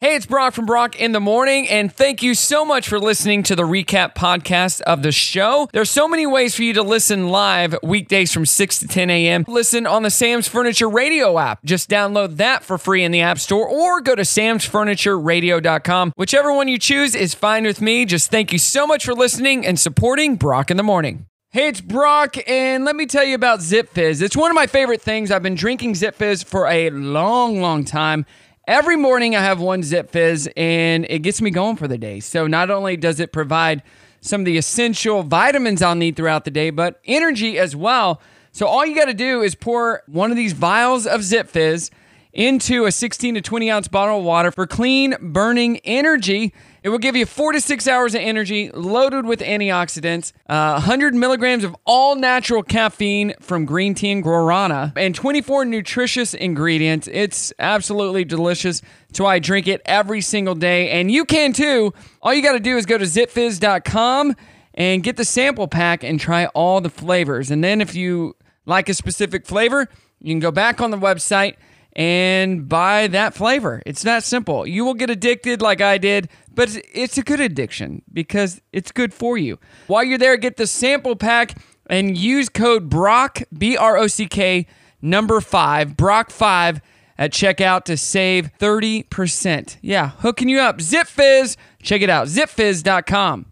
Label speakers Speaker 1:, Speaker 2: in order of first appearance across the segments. Speaker 1: Hey, it's Brock from Brock in the Morning, and thank you so much for listening to the recap podcast of the show. There's so many ways for you to listen live weekdays from 6 to 10 a.m. Listen on the Sam's Furniture Radio app. Just download that for free in the App Store or go to samsfurnitureradio.com. Whichever one you choose is fine with me. Just thank you so much for listening and supporting Brock in the Morning. Hey, it's Brock, and let me tell you about Zip Fizz. It's one of my favorite things. I've been drinking Zip Fizz for a long, long time. Every morning I have one Zip Fizz and it gets me going for the day. So not only does it provide some of the essential vitamins I'll need throughout the day, but energy as well. So all you got to do is pour one of these vials of Zip Fizz into a 16 to 20 ounce bottle of water for clean burning energy. It will give you four to six hours of energy loaded with antioxidants, uh, 100 milligrams of all natural caffeine from green tea and guarana, and 24 nutritious ingredients. It's absolutely delicious. That's why I drink it every single day. And you can too. All you got to do is go to zipfizz.com and get the sample pack and try all the flavors. And then if you like a specific flavor, you can go back on the website and buy that flavor. It's that simple. You will get addicted like I did, but it's- it's a good addiction because it's good for you. While you're there, get the sample pack and use code BROCK, B R O C K, number five, BROCK5 at checkout to save 30%. Yeah, hooking you up. Zip Fizz. Check it out, zipfizz.com.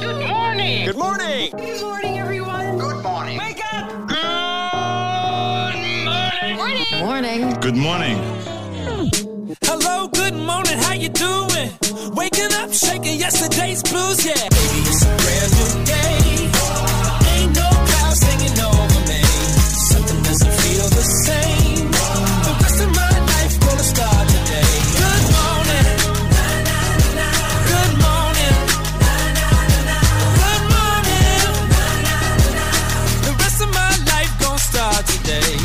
Speaker 2: Good morning.
Speaker 3: Good morning.
Speaker 2: Good morning, everyone. Good morning. Wake up. Good morning. Morning.
Speaker 4: Morning.
Speaker 5: Good morning.
Speaker 6: Hello, good morning, how you doing? Waking up, shaking yesterday's blues, yeah. Baby, it's a brand new day. Ain't no clouds hanging over me. Something doesn't feel the same. The rest of my life gonna start today. Good morning. Good morning. Good morning. The rest of my life gonna start today.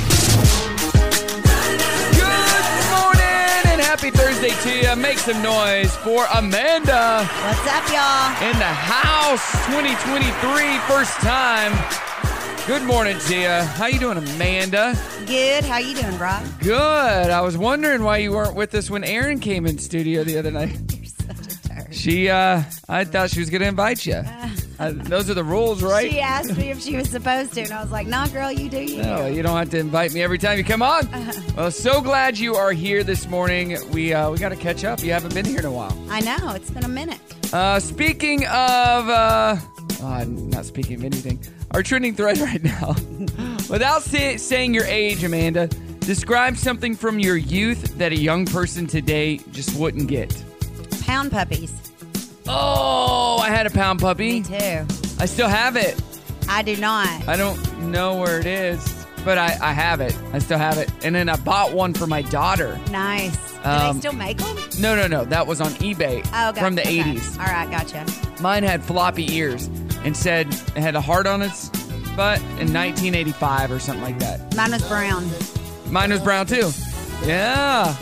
Speaker 1: Good morning and happy Thursday to you. Make some noise for Amanda
Speaker 4: What's up, y'all?
Speaker 1: in the house 2023 first time. Good morning to you. How you doing, Amanda?
Speaker 4: Good. How you doing, Brock?
Speaker 1: Good. I was wondering why you weren't with us when Aaron came in studio the other night.
Speaker 4: You're such a turd.
Speaker 1: She uh I thought she was going to invite you. Uh, those are the rules, right?
Speaker 4: She asked me if she was supposed to, and I was like, "Nah, girl, you do you."
Speaker 1: No, you don't have to invite me every time you come on. Well, so glad you are here this morning. We uh, we got to catch up. You haven't been here in a while.
Speaker 4: I know. It's been a minute.
Speaker 1: Uh, speaking of, uh, oh, I'm not speaking of anything, our trending thread right now. Without say, saying your age, Amanda, describe something from your youth that a young person today just wouldn't get.
Speaker 4: Pound puppies.
Speaker 1: Oh, I had a pound
Speaker 4: Me
Speaker 1: puppy.
Speaker 4: too.
Speaker 1: I still have it.
Speaker 4: I do not.
Speaker 1: I don't know where it is, but I, I have it. I still have it. And then I bought one for my daughter.
Speaker 4: Nice. Do
Speaker 1: Um,
Speaker 4: they still make them?
Speaker 1: No, no, no. That was on eBay
Speaker 4: Oh, gotcha.
Speaker 1: from the
Speaker 4: Okay.
Speaker 1: 80s.
Speaker 4: All right, gotcha.
Speaker 1: Mine had floppy ears and said it had a heart on its butt in 1985 or something like that.
Speaker 4: Mine was brown.
Speaker 1: Mine was brown too. Yeah.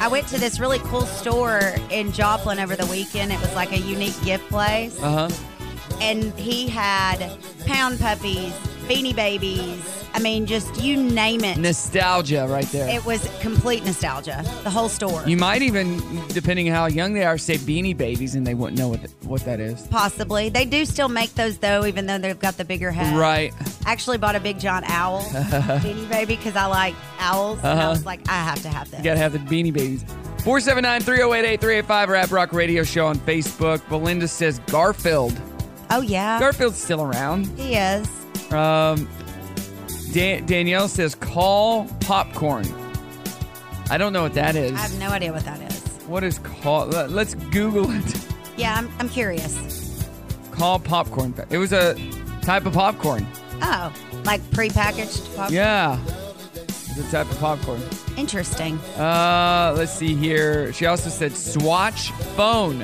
Speaker 4: I went to this really cool store in Joplin over the weekend. It was like a unique gift place,
Speaker 1: Uh huh.
Speaker 4: and he had pound puppies, beanie babies. I mean, just you name it.
Speaker 1: Nostalgia right there.
Speaker 4: It was complete nostalgia. The whole store.
Speaker 1: You might even, depending on how young they are, say beanie babies and they wouldn't know what, th- what that is.
Speaker 4: Possibly. They do still make those though, even though they've got the bigger head.
Speaker 1: Right.
Speaker 4: I actually bought a big John owl, beanie baby, because I like owls. And
Speaker 1: Uh-huh.
Speaker 4: I was like, I have to have this.
Speaker 1: You gotta have the beanie babies. 479 308 8385 or at Rock Radio Show on Facebook. Belinda says Garfield.
Speaker 4: Oh, yeah.
Speaker 1: Garfield's still around.
Speaker 4: he is.
Speaker 1: Um, Dan- Danielle says, call popcorn. I don't know what that is.
Speaker 4: I have no idea what that is.
Speaker 1: What is call? le- Let's Google it.
Speaker 4: Yeah, I'm, I'm curious.
Speaker 1: Call popcorn. fe- It was a type of popcorn.
Speaker 4: Oh, like prepackaged popcorn?
Speaker 1: Yeah. It's a type of popcorn.
Speaker 4: Interesting.
Speaker 1: Uh, let's see here. She also said swatch phone.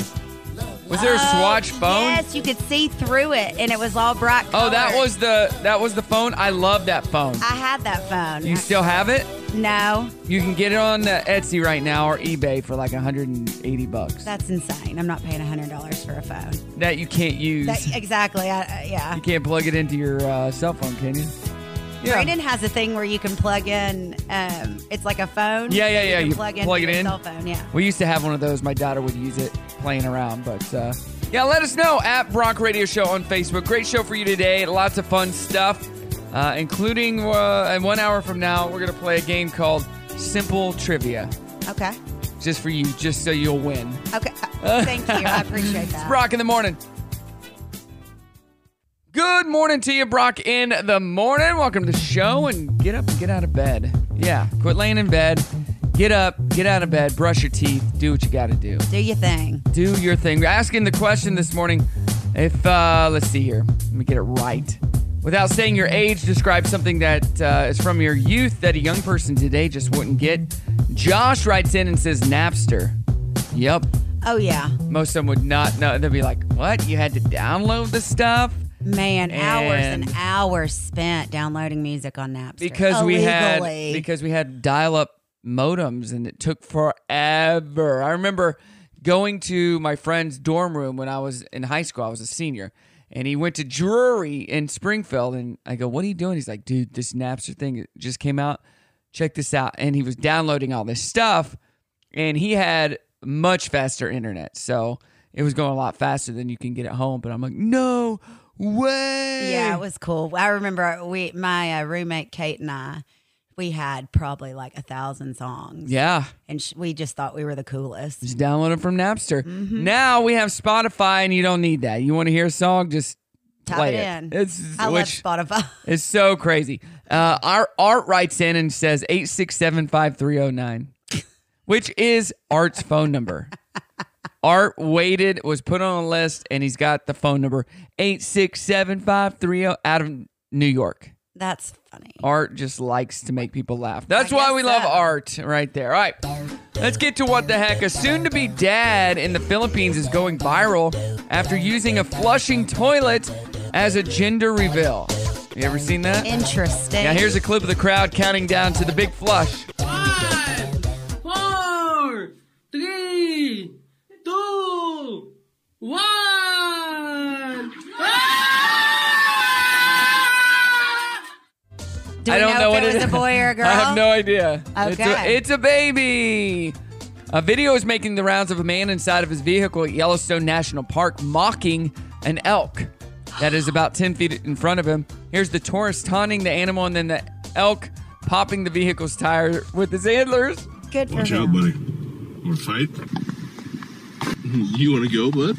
Speaker 1: Was there a swatch phone?
Speaker 4: Oh, Yes, you could see through it, and it was all bright.
Speaker 1: Oh, that
Speaker 4: colored.
Speaker 1: was the that was the phone. I love that phone.
Speaker 4: I had that phone.
Speaker 1: You still have it?
Speaker 4: no,
Speaker 1: You can get it on uh, Etsy right now or eBay for like 180 bucks.
Speaker 4: that's insane. I'm not paying $100 for a phone.
Speaker 1: that you can't use.
Speaker 4: That, exactly. I, I- yeah.
Speaker 1: you can't plug it into your uh, cell phone, can you? Yeah.
Speaker 4: Brandon has a thing where you can plug in. Um, it's like a phone.
Speaker 1: Yeah, yeah,
Speaker 4: You
Speaker 1: yeah,
Speaker 4: can
Speaker 1: you
Speaker 4: plug in
Speaker 1: plug
Speaker 4: to
Speaker 1: it
Speaker 4: your
Speaker 1: in.
Speaker 4: Cell phone. Yeah.
Speaker 1: We used to have one of those. My daughter would use it playing around, but uh, yeah, let us know at Brock Radio Show on Facebook. Great show for you today. Lots of fun stuff, uh, including uh, and one hour from now, we're gonna play a game called Simple Trivia,
Speaker 4: Okay.
Speaker 1: just for you, just so you'll win.
Speaker 4: Okay. Uh, Thank you. I appreciate that.
Speaker 1: Brock in the morning. Good morning to you, Brock in the morning. Welcome to the show and get up and get out of bed. Yeah, quit laying in bed. Get up, get out of bed, brush your teeth, do what you gotta do.
Speaker 4: Do your thing.
Speaker 1: do your thing. We're asking the question this morning. If uh, let's see here, let me get it right. Without saying your age, describe something that uh, is from your youth that a young person today just wouldn't get. Josh writes in and says Napster. Yep,
Speaker 4: Oh yeah,
Speaker 1: most of them would not know. They'd be like, "What? You had to download the stuff?"
Speaker 4: man. hours and
Speaker 1: And-
Speaker 4: hours spent downloading music on Napster
Speaker 1: Because we had
Speaker 4: Illegally.
Speaker 1: because we had dial-up modems and it took forever. I remember going to my friend's dorm room when I was in high school. I was a senior. And he went to Drury in Springfield and I go, "What are you doing?" He's like, "Dude, this Napster thing just came out. Check this out." And he was downloading all this stuff and he had much faster internet. So it was going a lot faster than you can get at home, but I'm like, "No way."
Speaker 4: Yeah, it was cool. I remember we, my uh, roommate Kate and I, we had probably like a thousand songs,
Speaker 1: Yeah.
Speaker 4: and sh- we just thought we were the coolest.
Speaker 1: Just download it from Napster. Now we have Spotify, and you don't need that. You want to hear a song? Just
Speaker 4: Type
Speaker 1: play
Speaker 4: it
Speaker 1: it.
Speaker 4: in.
Speaker 1: It's
Speaker 4: I
Speaker 1: which
Speaker 4: love Spotify.
Speaker 1: is so crazy. Uh, our Art writes in and says eight six seven five three zero nine, which is Art's phone number. Art waited, was put on a list, and he's got the phone number eight six seven five three zero out of New York.
Speaker 4: That's funny.
Speaker 1: Art just likes to make people laugh. That's
Speaker 4: I
Speaker 1: why
Speaker 4: guess
Speaker 1: we love
Speaker 4: so.
Speaker 1: art right there. All right. Let's get to what the heck. A soon to be dad in the Philippines is going viral after using a flushing toilet as a gender reveal. You ever seen that?
Speaker 4: Interesting.
Speaker 1: Now, here's a clip of the crowd counting down to the big flush.
Speaker 3: Five, four, three, two, one.
Speaker 4: Do we
Speaker 1: I don't know,
Speaker 4: know,
Speaker 1: what
Speaker 4: if it
Speaker 1: is.
Speaker 4: was a boy or a girl.
Speaker 1: I have no idea. It's a,
Speaker 4: Okay.
Speaker 1: it's a baby. A video is making the rounds of a man inside of his vehicle at Yellowstone National Park mocking an elk that is about 10 feet in front of him. Here's the tourist taunting the animal and then the elk popping the vehicle's tire with his antlers.
Speaker 4: Good for
Speaker 5: Watch out,
Speaker 4: him.
Speaker 5: buddy. Wanna fight? You wanna go, bud?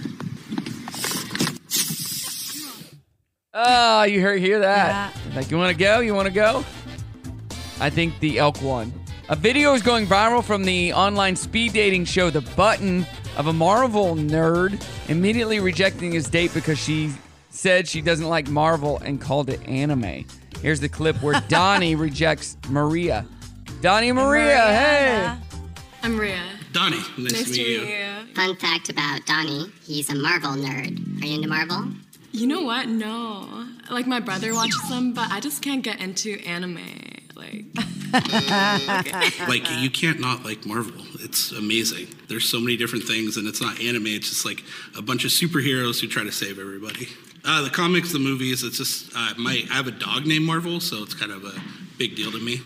Speaker 1: Oh, you hear, hear that? Like, you want to go? You want to go? I think the elk won. A video is going viral from the online speed dating show The Button of a Marvel nerd immediately rejecting his date because she said she doesn't like Marvel and called it anime. Here's the clip where Donnie rejects Maria. Donnie Maria, hey!
Speaker 4: Mariana.
Speaker 7: I'm Rhea.
Speaker 8: Donnie, nice,
Speaker 7: Nice
Speaker 8: to meet
Speaker 7: to
Speaker 8: you.
Speaker 7: meet you.
Speaker 9: Fun fact about Donnie, he's a Marvel nerd. Are you into Marvel?
Speaker 7: You know what? No. Like my brother watches them, but I just can't get into anime. Like
Speaker 8: Like you can't not like Marvel. It's amazing. There's so many different things, and it's not anime. It's just like a bunch of superheroes who try to save everybody. Uh, the comics, the movies. It's just uh, my. I have a dog named Marvel, so it's kind of a big deal to me.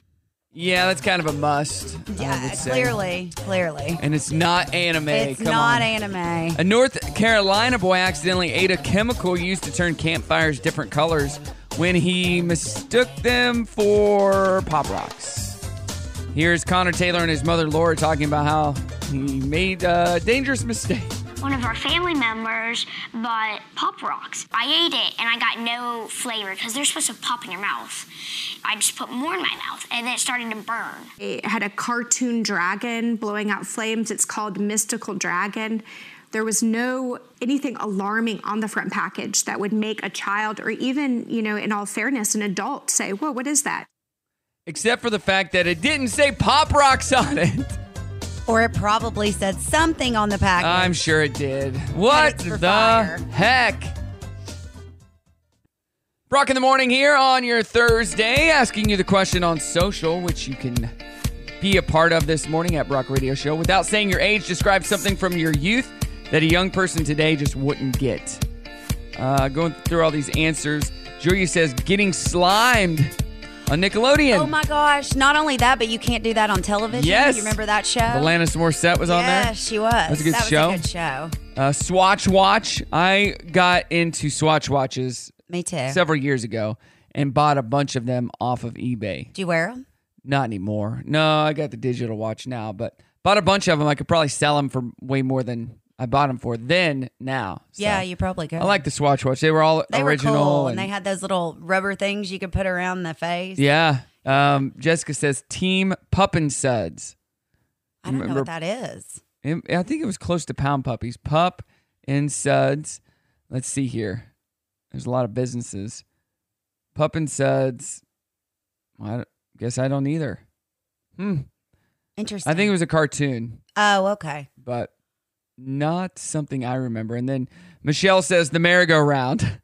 Speaker 1: Yeah, that's kind of a must. I
Speaker 4: Yeah,
Speaker 1: would say.
Speaker 4: clearly, clearly.
Speaker 1: And it's not anime.
Speaker 4: It's
Speaker 1: Come on.
Speaker 4: not anime.
Speaker 1: A North Carolina boy accidentally ate a chemical used to turn campfires different colors when he mistook them for pop rocks. Here's Connor Taylor and his mother Laura talking about how he made a dangerous mistake.
Speaker 10: one of our family members bought Pop Rocks. I ate it and I got no flavor because they're supposed to pop in your mouth. I just put more in my mouth and then it started to burn.
Speaker 11: It had a cartoon dragon blowing out flames. It's called Mystical Dragon. There was no anything alarming on the front package that would make a child or even, you know, in all fairness, an adult say, Whoa, what is that?
Speaker 1: Except for the fact that it didn't say pop rocks on it.
Speaker 4: Or it probably said something on the package.
Speaker 1: I'm sure it did. What
Speaker 4: it's for
Speaker 1: the
Speaker 4: fire.
Speaker 1: heck? Brock in the morning here on your Thursday, asking you the question on social, which you can be a part of this morning at Brock Radio Show. Without saying your age, describe something from your youth that a young person today just wouldn't get. Uh, going through all these answers, Julia says getting slimed on Nickelodeon.
Speaker 4: Oh my gosh! Not only that, but you can't do that on television.
Speaker 1: Yes.
Speaker 4: you remember that show?
Speaker 1: Alanis Morissette was on there.
Speaker 4: yeah, she was.
Speaker 1: That's a good
Speaker 4: that
Speaker 1: show.
Speaker 4: Was a good show.
Speaker 1: Uh, Swatch Watch. I got into Swatch Watches.
Speaker 4: Me too.
Speaker 1: Several years ago, and bought a bunch of them off of eBay.
Speaker 4: Do you wear them?
Speaker 1: Not anymore. No, I got the digital watch now, but bought a bunch of them. I could probably sell them for way more than I bought them for then. Now, So,
Speaker 4: Yeah, you probably could.
Speaker 1: I like the Swatch Watch. They were all
Speaker 4: They
Speaker 1: original.
Speaker 4: were cool, and, they had those little rubber things you could put around the face.
Speaker 1: yeah. Um, Jessica says Team Puppin Suds.
Speaker 4: I don't know what that is.
Speaker 1: It- I think it was close to pound puppies. Pup and suds. Let's see here. There's a lot of businesses. Pup and suds. Well, I don't- guess I don't either. Hmm.
Speaker 4: Interesting.
Speaker 1: I think it was a cartoon,
Speaker 4: Oh, okay.
Speaker 1: but not something I remember. And then Michelle says the merry-go-round.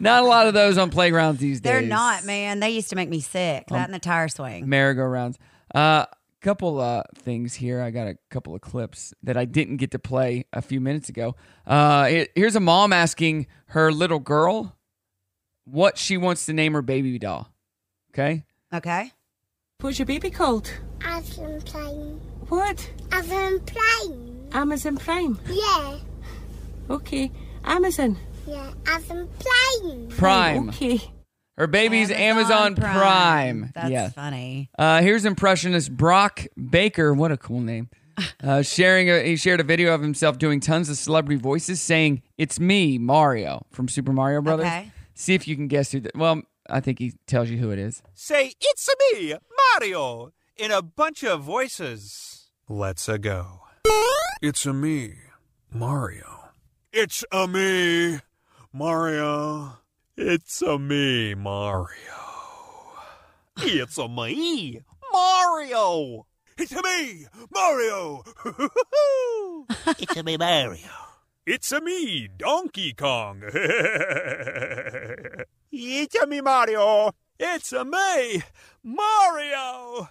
Speaker 1: not a lot of those on playgrounds these days.
Speaker 4: They're not, man. They used to make me sick.
Speaker 1: Um,
Speaker 4: That and the tire swing.
Speaker 1: merry-go-rounds. A uh, couple uh, things here. I got a couple of clips that I didn't get to play a few minutes ago. Uh, it- here's a mom asking her little girl what she wants to name her baby doll. Okay.
Speaker 4: Okay.
Speaker 5: What's your baby called?
Speaker 2: Amazon Prime.
Speaker 5: What?
Speaker 2: Amazon Prime.
Speaker 5: Amazon Prime.
Speaker 2: Yeah.
Speaker 5: Okay. Amazon.
Speaker 2: Yeah. Amazon Prime.
Speaker 1: Prime.
Speaker 5: Okay.
Speaker 1: Her baby's Amazon, Prime.
Speaker 4: That's
Speaker 1: Yeah.
Speaker 4: funny.
Speaker 1: Uh, here's impressionist Brock Baker. What a cool name. Uh, sharing a, he shared a video of himself doing tons of celebrity voices, saying "It's me, Mario" from Super Mario Brothers.
Speaker 2: Okay.
Speaker 1: See if you can guess who. The, well, I think he tells you who it is.
Speaker 12: Say, it's me, Mario, in a bunch of voices. Let's a go.
Speaker 13: It's a me, Mario.
Speaker 12: It's a me, Mario. It's a me, Mario. It's a me, Mario. It's a me, Mario. it's a me, Mario. It's a me, Donkey Kong. it's a me, Mario. It's a me, Mario.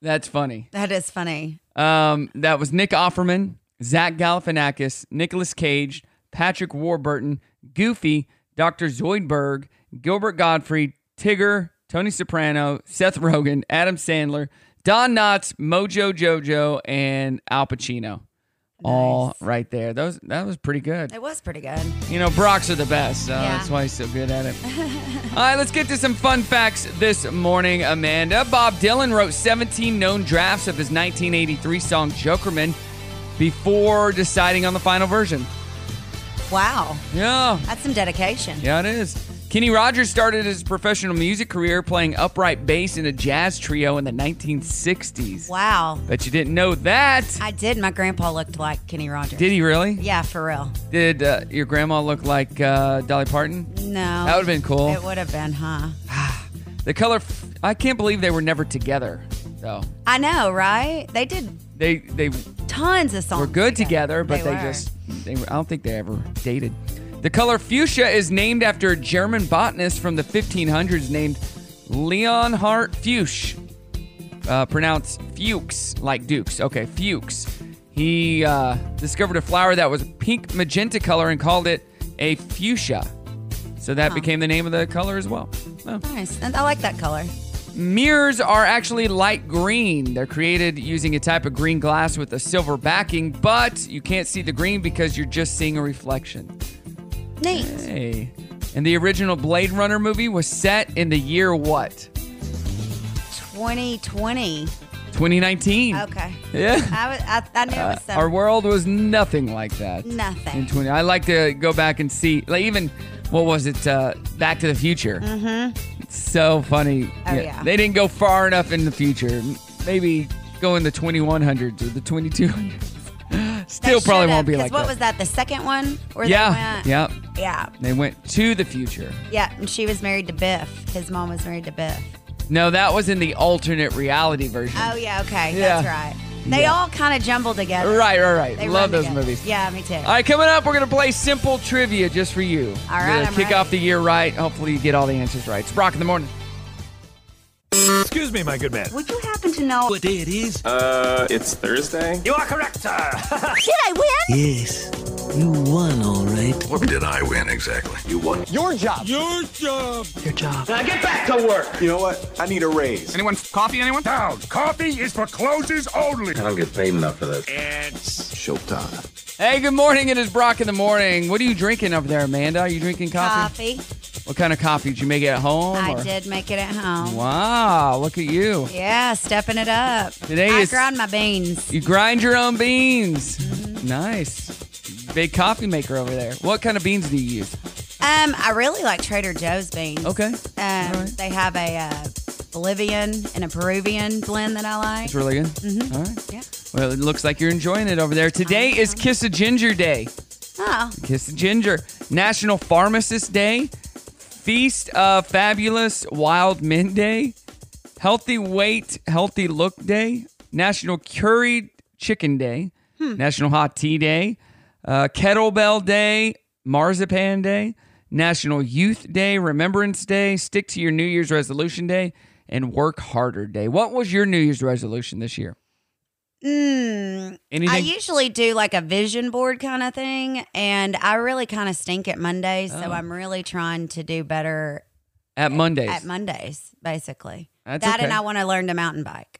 Speaker 1: That's funny.
Speaker 4: That is funny.
Speaker 1: Um, that was Nick Offerman, Zach Galifianakis, Nicolas Cage, Patrick Warburton, Goofy, Dr. Zoidberg, Gilbert Godfrey, Tigger, Tony Soprano, Seth Rogen, Adam Sandler, Don Knotts, Mojo Jojo, and Al Pacino. All right there. Those that was pretty good.
Speaker 4: It was pretty good.
Speaker 1: You know, Brock's are the best, so
Speaker 4: Yeah.
Speaker 1: that's why he's so good at it. All right, let's get to some fun facts this morning, Amanda. Bob Dylan wrote 17 known drafts of his 1983 song Jokerman before deciding on the final version.
Speaker 4: Wow.
Speaker 1: Yeah.
Speaker 4: That's some dedication.
Speaker 1: Yeah, it is. Kenny Rogers started his professional music career playing upright bass in a jazz trio in the 1960s.
Speaker 4: Wow.
Speaker 1: Bet you didn't know that.
Speaker 4: I did. My grandpa looked like Kenny Rogers.
Speaker 1: Did he really?
Speaker 4: Yeah, for real.
Speaker 1: Did uh, your grandma look like uh, Dolly Parton?
Speaker 4: No.
Speaker 1: That would've been cool.
Speaker 4: It would have been, huh?
Speaker 1: The color, f- I can't believe they were never together, though.
Speaker 4: I know, right? They did
Speaker 1: They they
Speaker 4: tons of songs.
Speaker 1: were good together, but
Speaker 4: They
Speaker 1: they,
Speaker 4: were.
Speaker 1: just they were, I don't think they ever dated. The color fuchsia is named after a German botanist from the 1500s named Leonhard Fuchs, uh, pronounced Fuchs like Dukes. Okay, Fuchs. He uh, discovered a flower that was pink magenta color and called it a fuchsia. So that
Speaker 4: Huh.
Speaker 1: became the name of the color as well. Oh.
Speaker 4: Nice. And I like that color.
Speaker 1: Mirrors are actually light green. They're created using a type of green glass with a silver backing, but you can't see the green because you're just seeing a reflection.
Speaker 4: Neat.
Speaker 1: Hey. And the original Blade Runner movie was set in the year what?
Speaker 4: 2020.
Speaker 1: 2019.
Speaker 4: Okay.
Speaker 1: Yeah.
Speaker 4: I, was, I, I knew it
Speaker 1: Uh,
Speaker 4: was
Speaker 1: our
Speaker 4: seven.
Speaker 1: world was nothing like that.
Speaker 4: Nothing.
Speaker 1: In 20. I like to go back and see, like even, what was it? Uh, back to the Future.
Speaker 4: Mm-hmm.
Speaker 1: So funny.
Speaker 4: Oh, yeah.
Speaker 1: They didn't go far enough in the future. M- Maybe go in the 2100s or the 2200s. Still probably won't be like
Speaker 4: what
Speaker 1: that.
Speaker 4: was that? The second one? Where
Speaker 1: yeah.
Speaker 4: They went?
Speaker 1: yeah.
Speaker 4: Yeah.
Speaker 1: They went to the future.
Speaker 4: Yeah. And she was married to Biff. His mom was married to Biff.
Speaker 1: No, that was in the alternate reality version.
Speaker 4: Oh, yeah. Okay.
Speaker 1: Yeah.
Speaker 4: That's right. They
Speaker 1: Yeah.
Speaker 4: all kind of jumble together.
Speaker 1: Right, right, right.
Speaker 4: They
Speaker 1: Love
Speaker 4: run
Speaker 1: those
Speaker 4: together.
Speaker 1: movies.
Speaker 4: Yeah, me too.
Speaker 1: All right, coming up, we're going to play simple trivia just for you.
Speaker 4: All right,
Speaker 1: We're gonna
Speaker 4: I'm
Speaker 1: kick
Speaker 4: ready.
Speaker 1: off the year right. Hopefully, you get all the answers right. It's Brock in the morning.
Speaker 12: Excuse me, my good man.
Speaker 4: Would you happen to know
Speaker 12: What day it is?
Speaker 14: Uh, it's Thursday.
Speaker 12: You are correct, sir.
Speaker 4: Did I win?
Speaker 12: Yes.
Speaker 14: You won, all right.
Speaker 15: What did I win exactly? You won.
Speaker 14: Your job. Your job. Your job.
Speaker 15: Now get back to work. You know what? I need a raise.
Speaker 16: Anyone f- coffee? Anyone? Down. Coffee is for closers only.
Speaker 15: I don't get paid enough for this. It's showtime.
Speaker 1: Hey, good morning. It is Brock in the morning. What are you drinking up there, Amanda? Are you drinking coffee?
Speaker 4: Coffee.
Speaker 1: What kind of coffee did you make it at home?
Speaker 4: I
Speaker 1: or-
Speaker 4: did make it at home.
Speaker 1: Wow, look at you.
Speaker 4: Yeah, stepping it up.
Speaker 1: Today
Speaker 4: I
Speaker 1: is-
Speaker 4: grind my beans.
Speaker 1: You grind your own beans. Nice. Big coffee maker over there. What kind of beans do you use?
Speaker 4: Um, I really like Trader Joe's beans.
Speaker 1: Okay.
Speaker 4: Um, they have a uh, Bolivian and a Peruvian blend that I like.
Speaker 1: It's really good.
Speaker 4: Mhm.
Speaker 1: All right. Yeah. Well, it looks like you're enjoying it over there. Today is Kiss a Ginger Day.
Speaker 4: Oh,
Speaker 1: Kiss the Ginger. National Pharmacist Day. Feast of Fabulous Wild Men Day. Healthy Weight, Healthy Look Day. National Curried Chicken Day.
Speaker 17: Hmm.
Speaker 1: National Hot Tea Day. Uh, Kettlebell Day. Marzipan Day. National Youth Day. Remembrance Day. Stick to your New Year's Resolution Day. And Work Harder Day. What was your New Year's resolution this year?
Speaker 4: Mm, I
Speaker 1: Anything?
Speaker 4: usually do like a vision board kind of thing, and I really kind of stink at Mondays, so
Speaker 1: Oh.
Speaker 4: I'm really trying to do better
Speaker 1: At Mondays.
Speaker 4: at Mondays, basically.
Speaker 1: That's
Speaker 4: that and
Speaker 1: okay.
Speaker 4: I want to learn to mountain bike.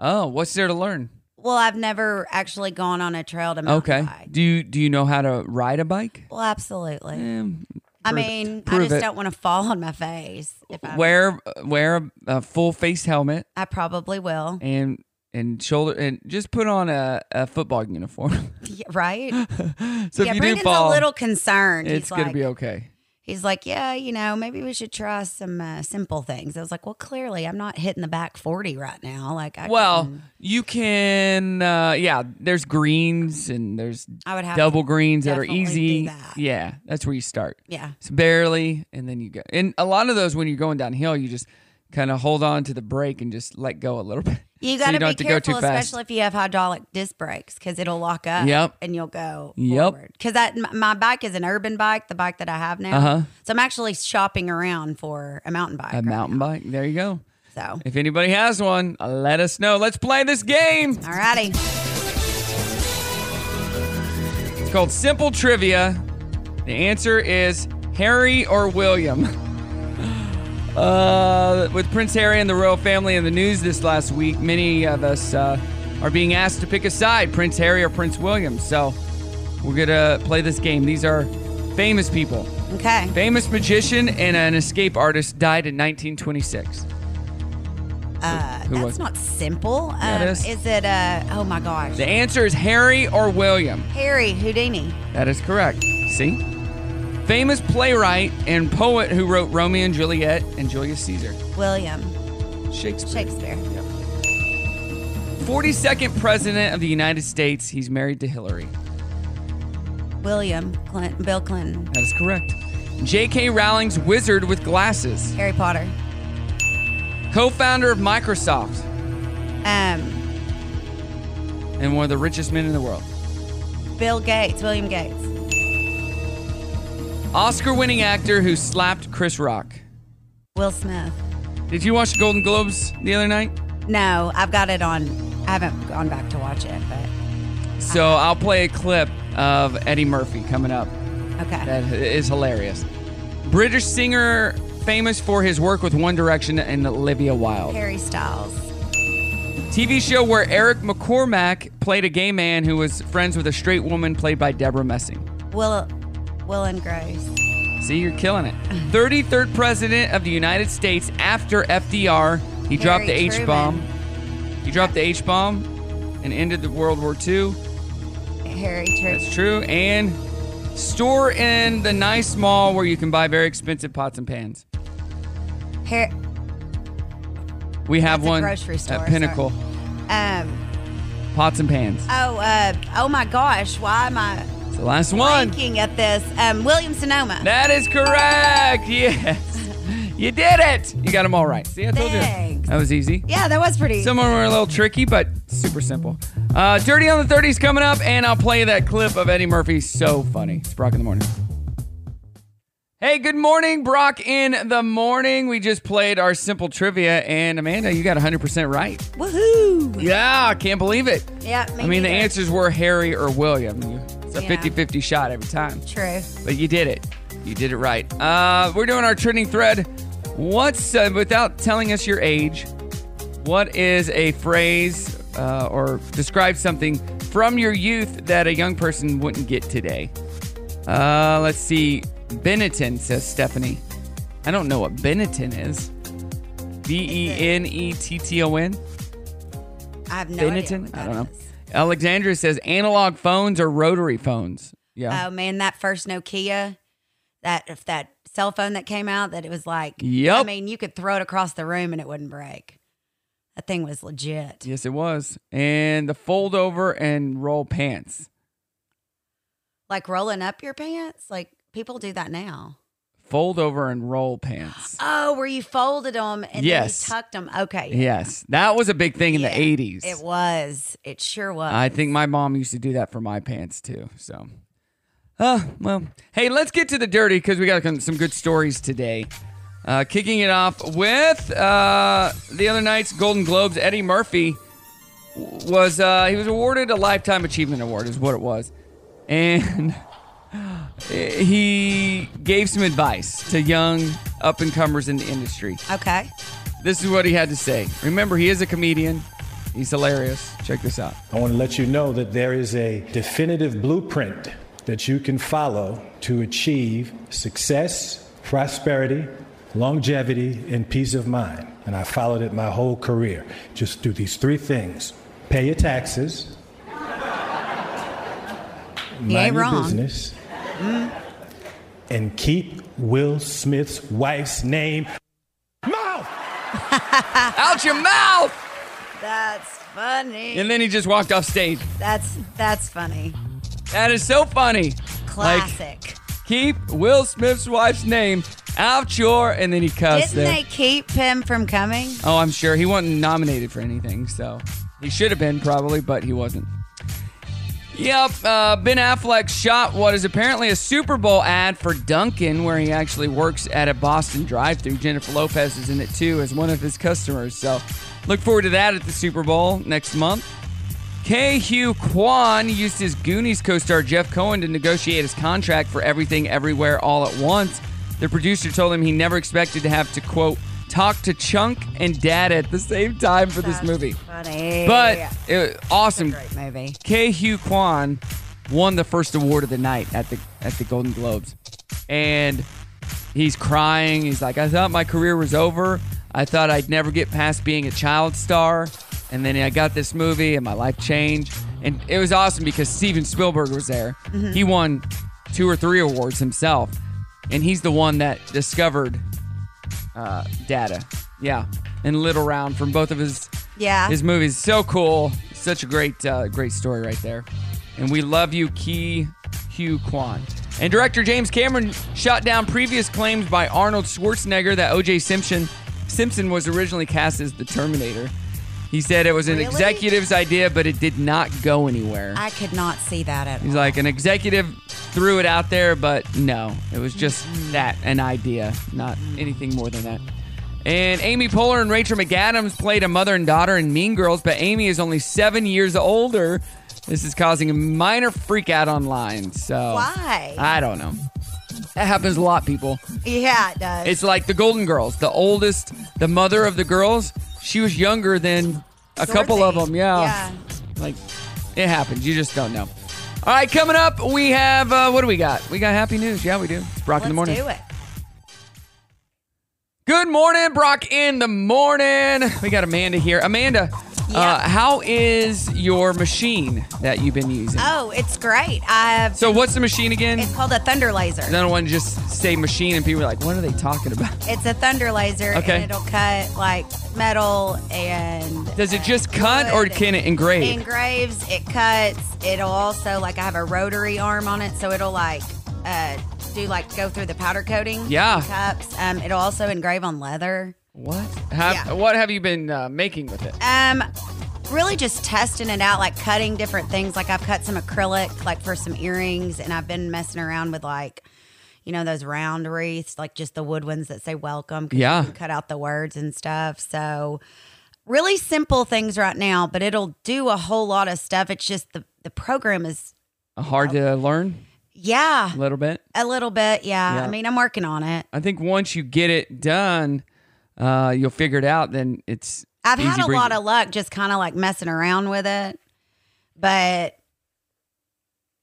Speaker 1: oh, what's there to learn?
Speaker 4: Well, I've never actually gone on a trail to mountain
Speaker 1: Okay.
Speaker 4: bike.
Speaker 1: Do you do you know how to ride a bike?
Speaker 4: Well, absolutely. I
Speaker 1: Eh, prove it.
Speaker 4: mean, I
Speaker 1: Prove
Speaker 4: just
Speaker 1: it.
Speaker 4: don't want to fall on my face. If I
Speaker 1: Wear wear a, a full face helmet
Speaker 4: I probably will.
Speaker 1: and and shoulder and just put on a, a football uniform.
Speaker 4: Yeah, right?
Speaker 1: So if
Speaker 4: yeah,
Speaker 1: you do
Speaker 4: Brandon's
Speaker 1: fall,
Speaker 4: a little concerned.
Speaker 1: it's
Speaker 4: he's
Speaker 1: gonna
Speaker 4: like,
Speaker 1: be okay.
Speaker 4: He's like, yeah, you know, maybe we should try some uh, simple things. I was like, well, clearly I'm not hitting the back 40 right now. Like, I
Speaker 1: Well,
Speaker 4: couldn't-
Speaker 1: you can uh yeah, there's greens and there's
Speaker 4: I would have
Speaker 1: double
Speaker 4: to
Speaker 1: greens that are
Speaker 4: definitely do
Speaker 1: easy.
Speaker 4: that.
Speaker 1: Yeah, that's where you start.
Speaker 4: Yeah.
Speaker 1: It's barely and then you go. And a lot of those when you're going downhill, you just kind of hold on to the brake and just let go a little bit.
Speaker 4: you
Speaker 1: so you
Speaker 4: got to
Speaker 1: don't
Speaker 4: be
Speaker 1: have to
Speaker 4: careful,
Speaker 1: go too fast.
Speaker 4: especially if you have hydraulic disc brakes, because it'll lock up
Speaker 1: Yep.
Speaker 4: and you'll go.
Speaker 1: Yep.
Speaker 4: Because that m- my bike is an urban bike, the bike that I have now.
Speaker 1: Uh-huh.
Speaker 4: So I'm actually shopping around for a mountain bike.
Speaker 1: A mountain bike. There you go.
Speaker 4: So,
Speaker 1: if anybody has one, uh, let us know. Let's play this game.
Speaker 4: Alrighty.
Speaker 1: It's called Simple Trivia. The answer is Harry or William. Uh, with Prince Harry and the royal family in the news this last week, many of us uh, are being asked to pick a side Prince Harry or Prince William. So we're going to play this game. These are famous people.
Speaker 4: Okay.
Speaker 1: Famous magician and an escape artist died in 1926.
Speaker 4: Uh,
Speaker 1: who
Speaker 4: that's
Speaker 1: was-
Speaker 4: not simple.
Speaker 1: Yeah, it
Speaker 4: um,
Speaker 1: is.
Speaker 4: is it? Uh, oh my gosh.
Speaker 1: The answer is Harry or William.
Speaker 4: Harry Houdini.
Speaker 1: That is correct. See? Famous playwright and poet who wrote Romeo and Juliet and Julius Caesar.
Speaker 4: William.
Speaker 1: Shakespeare.
Speaker 4: Shakespeare.
Speaker 1: 42nd President of the United States. He's married to Hillary.
Speaker 4: William. Clinton. Bill Clinton.
Speaker 1: That is correct. J.K. Rowling's wizard with glasses.
Speaker 4: Harry Potter.
Speaker 1: Co founder of Microsoft
Speaker 4: Um,
Speaker 1: and one of the richest men in the world.
Speaker 4: Bill Gates. William Gates.
Speaker 1: Oscar winning actor who slapped Chris Rock.
Speaker 4: Will Smith.
Speaker 1: Did you watch the Golden Globes the other night?
Speaker 4: No, I've got it on. I haven't gone back to watch it, but
Speaker 1: So I'll play a clip of Eddie Murphy coming up.
Speaker 4: Okay.
Speaker 1: That is hilarious. British singer famous for his work with One Direction and Olivia Wilde.
Speaker 4: Harry Styles.
Speaker 1: TV show where Eric McCormack played a gay man who was friends with a straight woman played by Deborah Messing.
Speaker 4: Will. Will and Grace.
Speaker 1: See, you're killing it. 33rd president of the United States after FDR. He dropped the
Speaker 4: Harry
Speaker 1: H bomb. He dropped the H bomb and ended the World War II.
Speaker 4: Harry Truman.
Speaker 1: That's true. And store in the nice mall where you can buy very expensive pots and pans.
Speaker 4: Har-
Speaker 1: We have
Speaker 4: That's a
Speaker 1: one
Speaker 4: grocery store,
Speaker 1: at
Speaker 4: sorry.
Speaker 1: Pinnacle.
Speaker 4: um.
Speaker 1: Pots and pans.
Speaker 4: Oh. Uh. Oh my gosh. Why am I
Speaker 1: It's the last one.
Speaker 4: looking at this? Um. William Sonoma.
Speaker 1: That is correct. Yes. You did it. You got them all right. See, I told you.
Speaker 4: Thanks.
Speaker 1: That was easy.
Speaker 4: Yeah, that was pretty.
Speaker 1: Some of them were a little tricky, but super simple. Uh, Dirty on the 30s coming up, and I'll play that clip of Eddie Murphy. So funny. It's Brock in the morning. Hey, good morning, Brock in the morning. We just played our simple trivia, and Amanda, you got 100% right.
Speaker 4: Woohoo!
Speaker 1: Yeah, I can't believe it.
Speaker 4: Yeah, me
Speaker 1: I mean, the
Speaker 4: neither.
Speaker 1: answers were Harry or William. You- It's a
Speaker 4: Yeah.
Speaker 1: 50 50 shot every time.
Speaker 4: True.
Speaker 1: But you did it. You did it right. Uh, we're doing our trending thread. What's, uh, without telling us your age, what is a phrase uh, or describe something from your youth that a young person wouldn't get today? Uh, let's see. Benetton, says Stephanie. I don't know what Benetton is. B E N E T T O N?
Speaker 4: I have no idea.
Speaker 1: Benetton? I don't know. Alexandria says analog phones or rotary phones. Yeah.
Speaker 4: Oh man, that first Nokia, that if that cell phone that came out, that it was like,
Speaker 1: Yep.
Speaker 4: I mean, you could throw it across the room and it wouldn't break. That thing was legit.
Speaker 1: Yes, it was. And the fold over and roll pants.
Speaker 4: Like rolling up your pants, like people do that now.
Speaker 1: Fold over and roll pants.
Speaker 4: Oh, where you folded them and
Speaker 1: Yes.
Speaker 4: then you tucked them. Okay,
Speaker 1: Yes. That was a big thing in the 80s.
Speaker 4: it was. It sure was.
Speaker 1: I think my mom used to do that for my pants too. So, uh, well, hey, let's get to the dirty because we got some- some good stories today. Uh, kicking it off with uh, the other night's Golden Globes, Eddie Murphy was uh, he was awarded a lifetime achievement award is what it was, and he gave some advice to young up and comers in the industry.
Speaker 4: Okay.
Speaker 1: This is what he had to say. Remember, he is a comedian. He's hilarious. Check this out.
Speaker 17: I want to let you know that there is a definitive blueprint that you can follow to achieve success, prosperity, longevity, and peace of mind. And I followed it my whole career. Just do these three things pay your taxes,
Speaker 4: You ain't
Speaker 17: mind your
Speaker 4: wrong.
Speaker 17: business,
Speaker 4: Mm.
Speaker 17: and keep Will Smith's wife's name
Speaker 1: Out your mouth!
Speaker 4: That's funny.
Speaker 1: And then he just walked off stage.
Speaker 4: that's that's funny.
Speaker 1: That is so funny. Like,
Speaker 4: Classic.
Speaker 1: keep Will Smith's wife's name out your, and then he cussed
Speaker 4: Didn't
Speaker 1: there.
Speaker 4: they keep him from coming?
Speaker 1: Oh, I'm sure he wasn't nominated for anything, so he should have been probably, but he wasn't. Yep, uh, Ben Affleck shot what is apparently a Super Bowl ad for Dunkin', where he actually works at a Boston drive-thru. Jennifer Lopez is in it too as one of his customers, so look forward to that at the Super Bowl next month. K. Hugh Kwan used his Goonies co-star Jeff Cohen to negotiate his contract for Everything Everywhere All at Once. The producer told him he never expected to have to quote talk to Chunk and Dad at the same time for this movie.
Speaker 4: Funny.
Speaker 1: But it, awesome
Speaker 4: movie.
Speaker 1: K. Hugh Kwan won the first award of the night at the at the Golden Globes, and he's crying. He's like, "I thought my career was over. I thought I'd never get past being a child star, and then I got this movie, and my life changed." And it was awesome because Steven Spielberg was there.
Speaker 6: Mhm.
Speaker 1: He won two or three awards himself, and he's the one that discovered uh, data. Yeah, and Little Round from both of his
Speaker 4: Yeah.
Speaker 1: his movie's so cool. Such a great, uh, great story right there. And we love you, Ki Hugh Kwan. And director James Cameron shot down previous claims by Arnold Schwarzenegger that O.J. Simpson Simpson was originally cast as the Terminator. He said it was an
Speaker 4: Really?
Speaker 1: executive's idea, but it did not go anywhere.
Speaker 4: I could not see that at all.
Speaker 1: He's like, an executive threw it out there, but no, it was just that, an idea, not anything more than that. And Amy Poehler and Rachel McAdams played a mother and daughter in Mean Girls, but Amy is only seven years older. This is causing a minor freak out online. So
Speaker 4: Why?
Speaker 1: I don't know. That happens a lot, people.
Speaker 4: Yeah, it does.
Speaker 1: It's like the Golden Girls, the oldest, the mother of the girls. She was younger than a couple of them. Yeah. Like, it happens. You just don't know. All right, coming up, we have uh, what do we got? We got happy news. Yeah, we do. It's Brock in the morning.
Speaker 4: Let's do it.
Speaker 1: Good morning, Brock in the morning. We got Amanda here. Amanda, uh, how is your machine that you've been using?
Speaker 4: Oh, it's great. I've
Speaker 1: So, what's the machine again?
Speaker 4: it's called a thunder laser.
Speaker 1: I don't want to just say machine and people are like, what are they talking about?
Speaker 4: It's a thunder laser
Speaker 1: Okay.
Speaker 4: and it'll cut like metal and
Speaker 1: Does it just cut or can it engrave?
Speaker 4: engraves, it cuts. It'll also like I have a rotary arm on it, so it'll like uh do like go through the powder coating.
Speaker 1: Yeah.
Speaker 4: Cups. Um it'll also engrave on leather.
Speaker 1: What? Have, What have you been uh, making with it?
Speaker 4: Um, really just testing it out, like cutting different things. Like I've cut some acrylic, like for some earrings, and I've been messing around with like, you know, those round wreaths, like just the wood ones that say welcome. 'cause you
Speaker 1: Yeah.
Speaker 4: can cut out the words and stuff. So, really simple things right now, but it'll do a whole lot of stuff. It's just the, the program is,
Speaker 1: Hard to
Speaker 4: um,
Speaker 1: learn
Speaker 4: yeah,
Speaker 1: a little bit.
Speaker 4: a little bit. yeah.
Speaker 1: Yeah.
Speaker 4: I mean, I'm working on it.
Speaker 1: I think once you get it done, uh, you'll figure it out. Then it's.
Speaker 4: I've
Speaker 1: easy
Speaker 4: had a
Speaker 1: breezy.
Speaker 4: lot of luck just kind of like messing around with it, but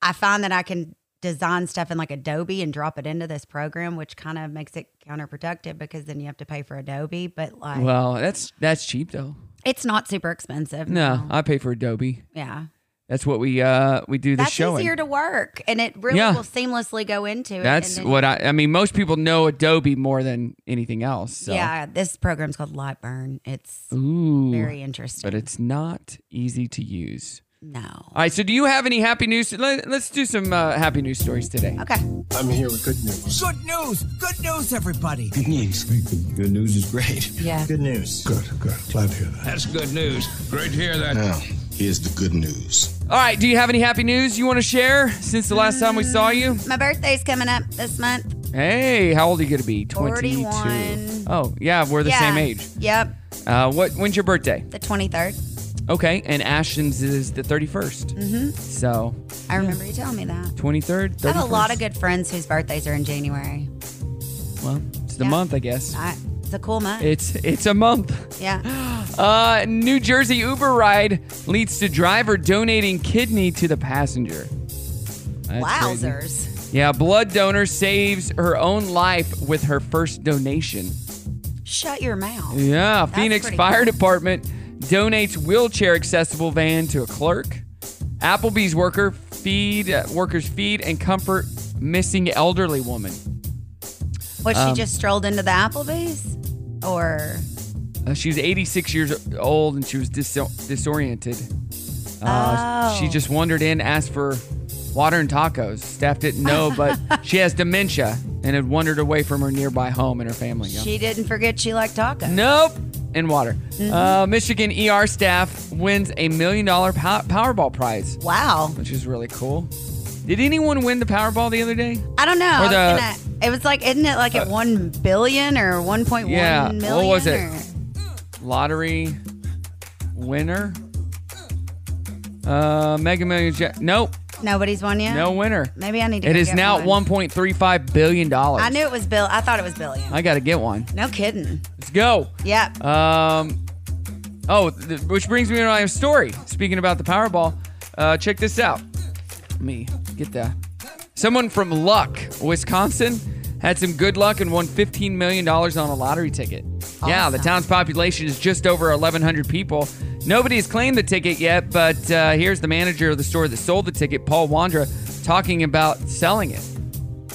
Speaker 4: I find that I can design stuff in like Adobe and drop it into this program, which kind of makes it counterproductive because then you have to pay for Adobe. But like,
Speaker 1: Well, that's that's cheap though.
Speaker 4: it's not super expensive.
Speaker 1: No, I pay for Adobe.
Speaker 4: Yeah.
Speaker 1: That's what we uh we do the
Speaker 4: That's
Speaker 1: show. in.
Speaker 4: easier to work and it really
Speaker 1: Yeah.
Speaker 4: will seamlessly go into it.
Speaker 1: That's
Speaker 4: and then-
Speaker 1: what I I mean most people know Adobe more than anything else. So.
Speaker 4: Yeah. This program's called Lightburn. It's
Speaker 1: Ooh.
Speaker 4: very interesting.
Speaker 1: But it's not easy to use.
Speaker 4: No.
Speaker 1: All right, so do you have any happy news? Let, let's do some uh, happy news stories today.
Speaker 4: Okay.
Speaker 18: I'm here with good news.
Speaker 6: Good news! Good news, everybody!
Speaker 18: Good news. Good, good news is great.
Speaker 4: Yeah.
Speaker 18: Good news. Good, good. Glad to hear that.
Speaker 6: That's good news. Great to hear that.
Speaker 18: Now, here's the good news.
Speaker 1: All right, do you have any happy news you want to share since the last time we saw you?
Speaker 4: My birthday's coming up this month.
Speaker 1: Hey, how old are you going to be? 22.
Speaker 4: 41.
Speaker 1: Oh, yeah, we're the
Speaker 4: Yeah.
Speaker 1: same age.
Speaker 4: Yep.
Speaker 1: Uh, what when's your birthday?
Speaker 4: The 23rd.
Speaker 1: Okay, and Ashton's is the 31st.
Speaker 4: Mm-hmm.
Speaker 1: So,
Speaker 4: I remember you telling me that.
Speaker 1: 23rd, 31st.
Speaker 4: I have a lot of good friends whose birthdays are in January.
Speaker 1: Well, it's the month, I guess.
Speaker 4: I, it's a cool month.
Speaker 1: It's it's a month.
Speaker 4: yeah.
Speaker 1: Uh, New Jersey Uber ride leads to driver donating kidney to the passenger. That's crazy.
Speaker 4: Wowzers.
Speaker 1: Yeah, blood donor saves her own life with her first donation.
Speaker 4: Shut your mouth.
Speaker 1: Yeah,
Speaker 4: That's
Speaker 1: Phoenix
Speaker 4: pretty
Speaker 1: Fire
Speaker 4: cool.
Speaker 1: Department donates wheelchair accessible van to a clerk. Applebee's worker feed uh, workers feed and comfort missing elderly woman.
Speaker 4: What, she
Speaker 1: Um,
Speaker 4: just strolled into the Applebee's? Or,
Speaker 1: Uh, she was 86 years old and she was dis- disoriented. Uh,
Speaker 4: Oh.
Speaker 1: She just wandered in, asked for water and tacos. Staff didn't know, but she has dementia and had wandered away from her nearby home and her family. Yeah.
Speaker 4: she Mm-hmm. didn't forget she liked tacos.
Speaker 1: nope. And water. Uh, Michigan ER staff wins a million dollar pow- Powerball prize.
Speaker 4: Wow.
Speaker 1: Which is really cool. Did anyone win the Powerball the other day?
Speaker 4: I don't know. I
Speaker 1: Or
Speaker 4: was
Speaker 1: the- Uh,
Speaker 4: gonna- it was like, isn't it like at 1 billion or 1.1
Speaker 1: Yeah,
Speaker 4: million?
Speaker 1: what was it?
Speaker 4: or-
Speaker 1: lottery winner. Uh, Mega Millions. Ja- nope,
Speaker 4: Nobody's won yet?
Speaker 1: no winner.
Speaker 4: Maybe I need to
Speaker 1: It
Speaker 4: go
Speaker 1: is
Speaker 4: get
Speaker 1: now
Speaker 4: one.
Speaker 1: at 1.35 billion dollars.
Speaker 4: I knew it was Bill. I thought it was billion.
Speaker 1: I gotta get one.
Speaker 4: No kidding.
Speaker 1: Let's go.
Speaker 4: Yep.
Speaker 1: Um. Oh, th- which brings me to my story. Speaking about the Powerball, uh, check this out. Let me get that. Someone from Luck, Wisconsin, had some good luck and won $15 million on a lottery ticket. Yeah, the town's population is just over 1,100 people. Nobody has claimed the ticket yet, but uh, here's the manager of the store that sold the ticket, Paul Wandra, talking about selling it.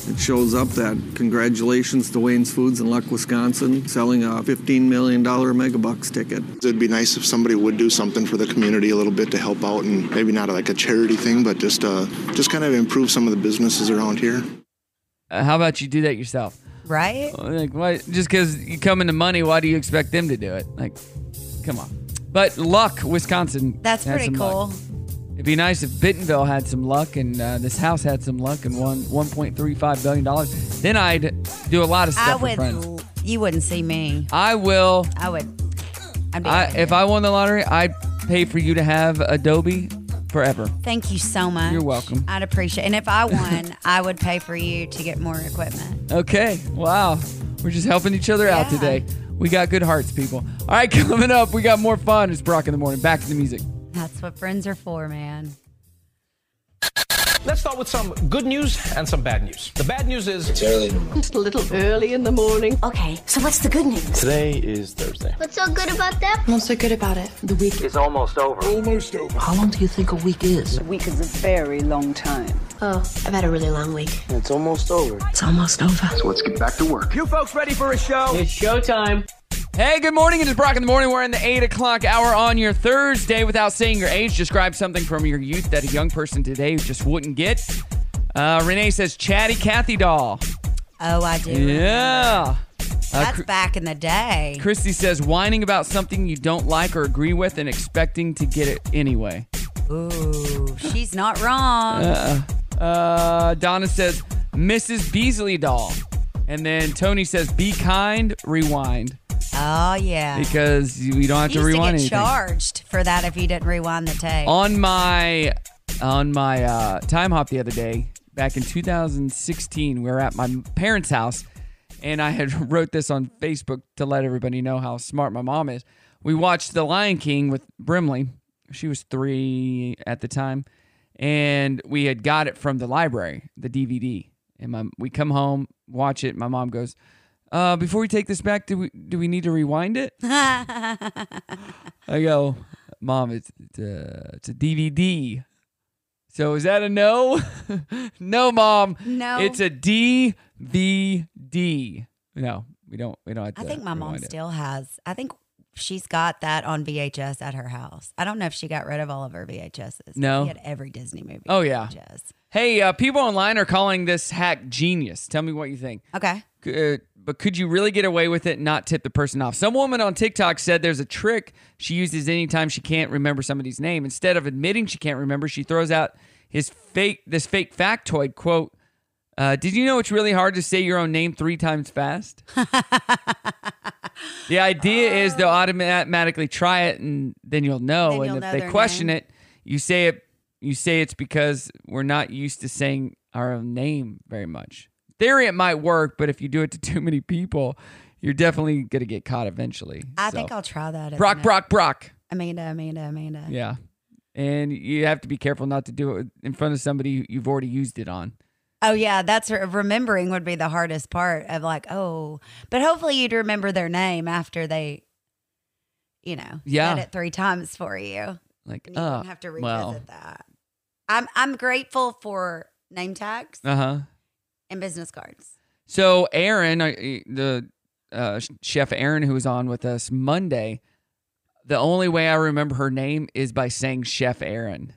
Speaker 19: It shows up that congratulations to Wayne's Foods in Luck, Wisconsin, selling a $15 million Megabucks ticket.
Speaker 20: It'd be nice if somebody would do something for the community a little bit to help out, and maybe not like a charity thing, but just uh, just kind of improve some of the businesses around here.
Speaker 1: Uh, how about you do that yourself?
Speaker 4: Right?
Speaker 1: Like, why? Just because you come into money, why do you expect them to do it? Like, come on. But luck, Wisconsin.
Speaker 4: That's
Speaker 1: had some
Speaker 4: pretty
Speaker 1: luck.
Speaker 4: cool.
Speaker 1: It'd be nice if Bentonville had some luck and uh, this house had some luck and won 1.35 billion dollars. Then I'd do a lot of stuff
Speaker 4: I
Speaker 1: with
Speaker 4: would.
Speaker 1: friends.
Speaker 4: l- You wouldn't see me.
Speaker 1: I will.
Speaker 4: I would. I'd be
Speaker 1: I,
Speaker 4: like,
Speaker 1: if I won the lottery, I'd pay for you to have Adobe forever.
Speaker 4: Thank you so much.
Speaker 1: You're welcome.
Speaker 4: I'd appreciate. And if I won, I would pay for you to get more equipment.
Speaker 1: Okay. Wow. We're just helping each other out today. We got good hearts, people. All right, coming up, we got more fun. It's Brock in the morning. Back to the music.
Speaker 4: That's what friends are for, man.
Speaker 21: Let's start with some good news and some bad news. The bad news is it's early.
Speaker 22: It's a little early in the morning.
Speaker 23: Okay, so what's the good news?
Speaker 21: Today is Thursday.
Speaker 23: What's so good about that? What's so good about it? The week.
Speaker 21: It's almost over. Almost over. How long do you think a week is?
Speaker 22: A week is a very long time.
Speaker 23: Oh, I've had a really long week.
Speaker 21: It's almost over.
Speaker 23: It's almost over.
Speaker 21: So let's get back to work. You folks ready for a show? It's showtime.
Speaker 1: Hey, good morning. It is Brock in the morning. We're in the 8 o'clock hour on your Thursday. Without saying your age, describe something from your youth that a young person today just wouldn't get. Uh, Renee says, chatty Cathy doll.
Speaker 4: Oh, I do.
Speaker 1: Yeah. Uh,
Speaker 4: That's
Speaker 1: Chr-
Speaker 4: back in the day.
Speaker 1: Christy says, whining about something you don't like or agree with and expecting to get it anyway.
Speaker 4: Ooh, she's not wrong.
Speaker 1: Uh, uh, Donna says, Mrs. Beasley doll. And then Tony says, be kind, rewind.
Speaker 4: Oh yeah.
Speaker 1: Because you you don't have
Speaker 4: you
Speaker 1: to
Speaker 4: used
Speaker 1: rewind
Speaker 4: to
Speaker 1: anything.
Speaker 4: get charged for that if you didn't rewind the tape.
Speaker 1: on my on my uh, time hop the other day back in 2016 we were at my parents house and i had wrote this on facebook to let everybody know how smart my mom is we watched the lion king with brimley she was three at the time and we had got it from the library the dvd and my, we come home watch it my mom goes uh, before we take this back do we do we need to rewind it I go, Mom, it's it's, uh, it's a DVD. So is that a no? no, Mom.
Speaker 4: No.
Speaker 1: It's a DVD. No, we don't. We don't. Have to
Speaker 4: I think my mom
Speaker 1: rewind it.
Speaker 4: still has. I think she's got that on VHS at her house. I don't know if she got rid of all of her VHSs. but
Speaker 1: No.
Speaker 4: we had every Disney movie.
Speaker 1: Oh
Speaker 4: on
Speaker 1: yeah.
Speaker 4: VHS.
Speaker 1: Hey, uh, people online are calling this hack genius. Tell me what you think.
Speaker 4: Okay.
Speaker 1: C- uh, but could you really get away with it and not tip the person off? Some woman on TikTok said there's a trick she uses anytime she can't remember somebody's name. Instead of admitting she can't remember, she throws out his fake this fake factoid quote. Uh, did you know it's really hard to say your own name three times fast? the idea is they'll automatically try it, and then you'll know.
Speaker 4: Then
Speaker 1: and
Speaker 4: you'll
Speaker 1: if
Speaker 4: know
Speaker 1: they
Speaker 4: their
Speaker 1: question
Speaker 4: name.
Speaker 1: it, you say it. You say it's because we're not used to saying our own name very much. Theory, it might work, but if you do it to too many people, you're definitely gonna get caught eventually.
Speaker 4: I
Speaker 1: So,
Speaker 4: think I'll try that. as
Speaker 1: Brock,
Speaker 4: an-
Speaker 1: Brock, Brock.
Speaker 4: Amanda, Amanda, Amanda.
Speaker 1: Yeah, and you have to be careful not to do it in front of somebody who you've already used it on.
Speaker 4: Oh yeah, that's remembering would be the hardest part of like, oh, but hopefully you'd remember their name after they, you know,
Speaker 1: Yeah.
Speaker 4: said it three times for you.
Speaker 1: Like,
Speaker 4: And you
Speaker 1: uh,
Speaker 4: don't have to revisit
Speaker 1: well,
Speaker 4: that. I'm I'm grateful for name tags
Speaker 1: uh huh.
Speaker 4: and business cards.
Speaker 1: So Aaron, uh, the uh, chef Aaron who was on with us Monday, the only way I remember her name is by saying Chef Aaron,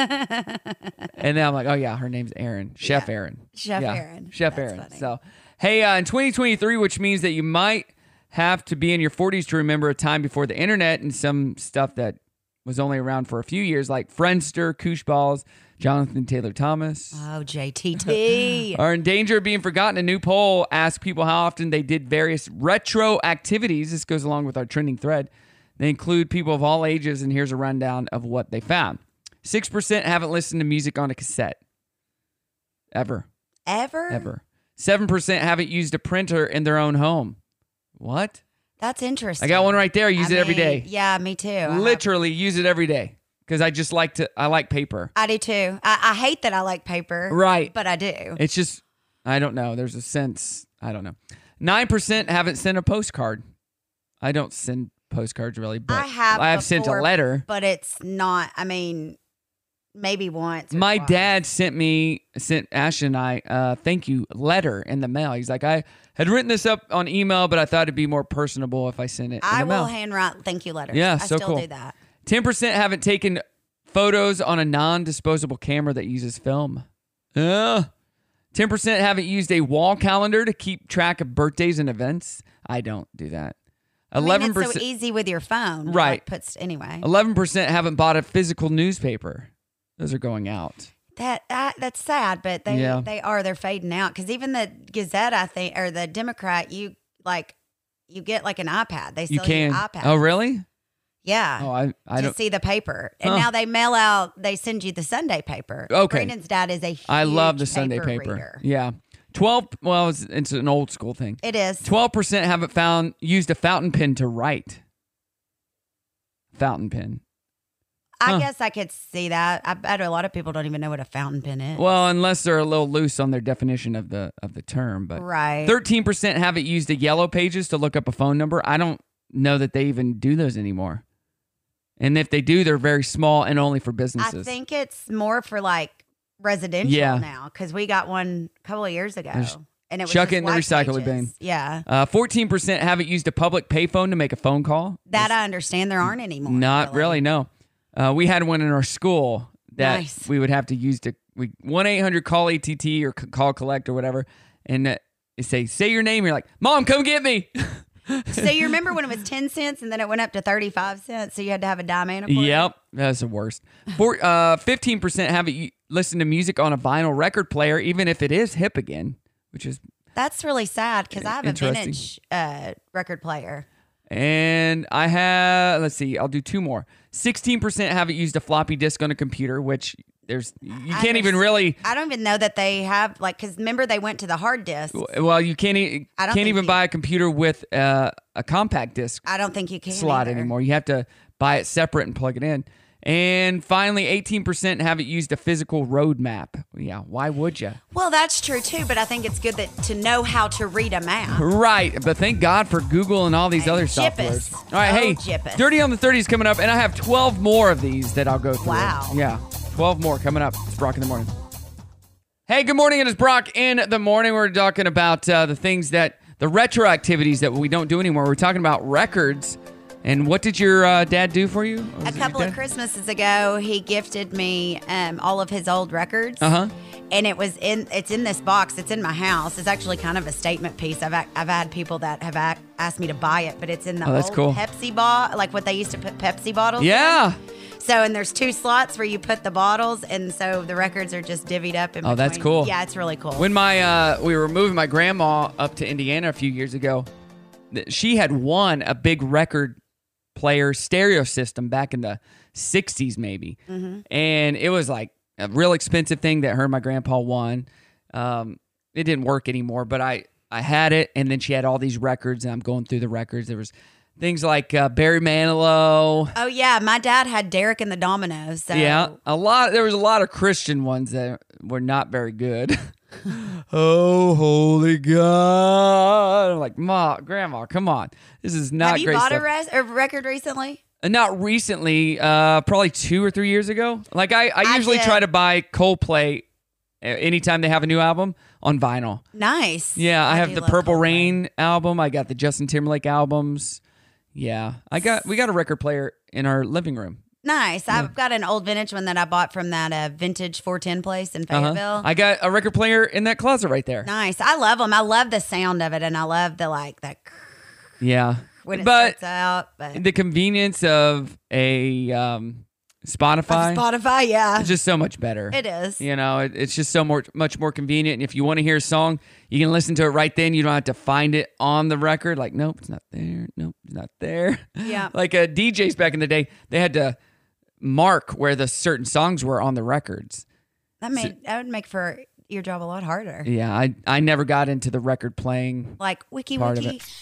Speaker 1: and then I'm like, oh yeah, her name's Aaron, Chef Aaron,
Speaker 4: Chef
Speaker 1: Yeah,
Speaker 4: Aaron.
Speaker 1: Chef Aaron. So hey, uh, in 2023, which means that you might have to be in your 40s to remember a time before the internet and some stuff that was only around for a few years, like Friendster, Koosh Balls, Jonathan Taylor Thomas.
Speaker 4: Oh, JTT.
Speaker 1: are in danger of being forgotten. A new poll asked people how often they did various retro activities. This goes along with our trending thread. They include people of all ages, and here's a rundown of what they found 6% haven't listened to music on a cassette ever,
Speaker 4: Ever?
Speaker 1: ever. 7% haven't used a printer in their own home. What?
Speaker 4: That's interesting.
Speaker 1: I got one right there. I use it every
Speaker 4: mean,
Speaker 1: day.
Speaker 4: Yeah, me too. I have-
Speaker 1: Literally use it every day because I just like to, I like paper.
Speaker 4: I do too. I, I hate that I like paper.
Speaker 1: Right.
Speaker 4: But I do.
Speaker 1: It's just, I don't know. There's a sense, I don't know. 9% haven't sent a postcard. I don't send postcards really, but
Speaker 4: I have.
Speaker 1: I have sent a
Speaker 4: before,
Speaker 1: letter.
Speaker 4: but it's not. I mean, maybe once. or
Speaker 1: My
Speaker 4: twice.
Speaker 1: dad sent me, sent Ash and I, uh, thank you letter in the mail. He's like, I had written this up on email, but I thought it'd be more personable if I sent it.
Speaker 4: I
Speaker 1: in the
Speaker 4: will
Speaker 1: mail.
Speaker 4: handwrite thank you letters.
Speaker 1: Yeah,
Speaker 4: I
Speaker 1: so
Speaker 4: still
Speaker 1: cool.
Speaker 4: do that.
Speaker 1: 10% haven't taken photos on a non disposable camera that uses film. Ugh. 10% haven't used a wall calendar to keep track of birthdays and events. I don't do that. 11%.
Speaker 4: I mean, it's so easy with your phone. like,
Speaker 1: Right.
Speaker 4: puts anyway.
Speaker 1: 11% haven't bought a physical newspaper. Those are going out.
Speaker 4: That uh, that's sad, but they
Speaker 1: Yeah.
Speaker 4: they are they're fading out because even the Gazette, I think, or the Democrat, you like you get like an iPad. They sell
Speaker 1: you can.
Speaker 4: iPad.
Speaker 1: Oh,
Speaker 4: Uh,
Speaker 1: really?
Speaker 4: Yeah.
Speaker 1: Oh, I, I
Speaker 4: to
Speaker 1: don't.
Speaker 4: see the paper, and
Speaker 1: Huh.
Speaker 4: now they mail out. They send you the Sunday paper.
Speaker 1: Okay.
Speaker 4: Brandon's dad is a huge
Speaker 1: I love the Sunday paper.
Speaker 4: reader.
Speaker 1: Yeah. 12, well, it's, it's an old school thing.
Speaker 4: It is.
Speaker 1: 12% haven't found, used a fountain pen to write. Fountain pen.
Speaker 4: I
Speaker 1: Huh.
Speaker 4: guess I could see that. I bet a lot of people don't even know what a fountain pen is.
Speaker 1: Well, unless they're a little loose on their definition of the of the term, but
Speaker 4: Right.
Speaker 1: Thirteen percent haven't used the yellow pages to look up a phone number. I don't know that they even do those anymore. And if they do, they're very small and only for
Speaker 4: I
Speaker 1: businesses.
Speaker 4: think it's more for like residential
Speaker 1: Yeah.
Speaker 4: now because we got one a couple of years ago,
Speaker 1: Just
Speaker 4: and it was
Speaker 1: Chuck
Speaker 4: just
Speaker 1: it in the
Speaker 4: white
Speaker 1: recycling
Speaker 4: pages.
Speaker 1: bin.
Speaker 4: Yeah,
Speaker 1: Uh, Fourteen percent haven't used a public payphone to make a phone call.
Speaker 4: that I understand. There aren't any more.
Speaker 1: Not really. no. Uh, we had one in our school that
Speaker 4: Nice.
Speaker 1: we would have to use to we one eight hundred call ATT or c- call collect or whatever, and uh, it say say your name. You're like, mom, come get me.
Speaker 4: So you remember when it was 10 cents and then it went up to 35 cents? So you had to have a dime and a quarter?
Speaker 1: Yep, that's the worst. Four, uh, 15% have it y- listen to music on a vinyl record player, even if it is hip again, which is,
Speaker 4: That's really sad because I have a
Speaker 1: Interesting.
Speaker 4: vintage uh, record player.
Speaker 1: and I have, let's see, I'll do two more. 16% haven't used a floppy disk on a computer, which there's, you can't even really,
Speaker 4: I don't even know that they have, like, because remember they went to the hard disk.
Speaker 1: well, you can't, e-
Speaker 4: I
Speaker 1: can't
Speaker 4: don't think
Speaker 1: even buy a computer with uh, a compact disc.
Speaker 4: I don't think you can.
Speaker 1: slot
Speaker 4: either.
Speaker 1: anymore. You have to buy it separate and plug it in. And finally, 18% haven't used a physical roadmap. Yeah, why would you?
Speaker 4: Well, that's true too, but I think it's good that to know how to read a map.
Speaker 1: Right, but thank God for Google and all these other
Speaker 4: Jippus.
Speaker 1: softwares. All right,
Speaker 4: Oh,
Speaker 1: hey,
Speaker 4: Jippus.
Speaker 1: Dirty on the 30s coming up, and I have 12 more of these that I'll go through.
Speaker 4: Wow.
Speaker 1: Yeah, 12 more coming up. It's Brock in the morning. Hey, good morning. It is Brock in the morning. We're talking about uh, the things that, the retro activities that we don't do anymore. We're talking about records. And what did your uh, dad do for you?
Speaker 4: A couple of Christmases ago, he gifted me um, all of his old records.
Speaker 1: Uh huh.
Speaker 4: And it was in it's in this box. It's in my house. It's actually kind of a statement piece. I've ac- I've had people that have ac- asked me to buy it, but it's in the
Speaker 1: Oh, that's
Speaker 4: old
Speaker 1: cool.
Speaker 4: Pepsi bottle, like what they used to put Pepsi bottles. in.
Speaker 1: Yeah.
Speaker 4: So and there's two slots where you put the bottles, and so the records are just divvied up. In
Speaker 1: Oh, that's
Speaker 4: between.
Speaker 1: cool.
Speaker 4: Yeah, it's really cool.
Speaker 1: When my uh, we were moving my grandma up to Indiana a few years ago, th- she had won a big record player stereo system back in the '60s, maybe,
Speaker 2: Mhm.
Speaker 1: and it was like a real expensive thing that her and my grandpa won. Um, it didn't work anymore, but I I had it, and then she had all these records, and I'm going through the records. There was things like uh, Barry Manilow.
Speaker 4: oh yeah, my dad had Derek and the Dominoes. So
Speaker 1: Yeah, a lot. There was a lot of Christian ones that were not very good. oh, holy God! I'm like, Ma, Grandma, come on, this is not
Speaker 4: have you
Speaker 1: great
Speaker 4: bought
Speaker 1: stuff.
Speaker 4: a, res- a record recently?
Speaker 1: And not recently, uh, probably two or three years ago. Like I, I,
Speaker 4: I
Speaker 1: usually
Speaker 4: did.
Speaker 1: try to buy Coldplay uh, anytime they have a new album on vinyl.
Speaker 4: Nice.
Speaker 1: Yeah, I, have
Speaker 4: do
Speaker 1: the
Speaker 4: love
Speaker 1: Purple Rain album. I got the Justin Timberlake albums. Yeah, I got we got a record player in our living room.
Speaker 4: Nice. I've got an old vintage one that I bought from that uh, vintage 410 place in
Speaker 1: Uh-huh.
Speaker 4: Fayetteville.
Speaker 1: I got a record player in that closet right there.
Speaker 4: Nice. I love them. I love the sound of it, and I love the like that
Speaker 1: Yeah.
Speaker 4: when it
Speaker 1: but
Speaker 4: starts out. But
Speaker 1: the convenience of a um, Spotify,
Speaker 4: Spotify, yeah,
Speaker 1: it's just so much better.
Speaker 4: It is.
Speaker 1: You know, it, it's just so more, much more convenient. And if you want to hear a song, you can listen to it right then. You don't have to find it on the record. Like, nope, it's not there. Nope, it's not there.
Speaker 4: Yeah.
Speaker 1: like uh, DJs back in the day, they had to mark where the certain songs were on the records.
Speaker 4: that made that would make for your job a lot harder.
Speaker 1: Yeah, I, I never got into the record playing.
Speaker 4: Like wiki
Speaker 1: Part of
Speaker 4: wiki
Speaker 1: it.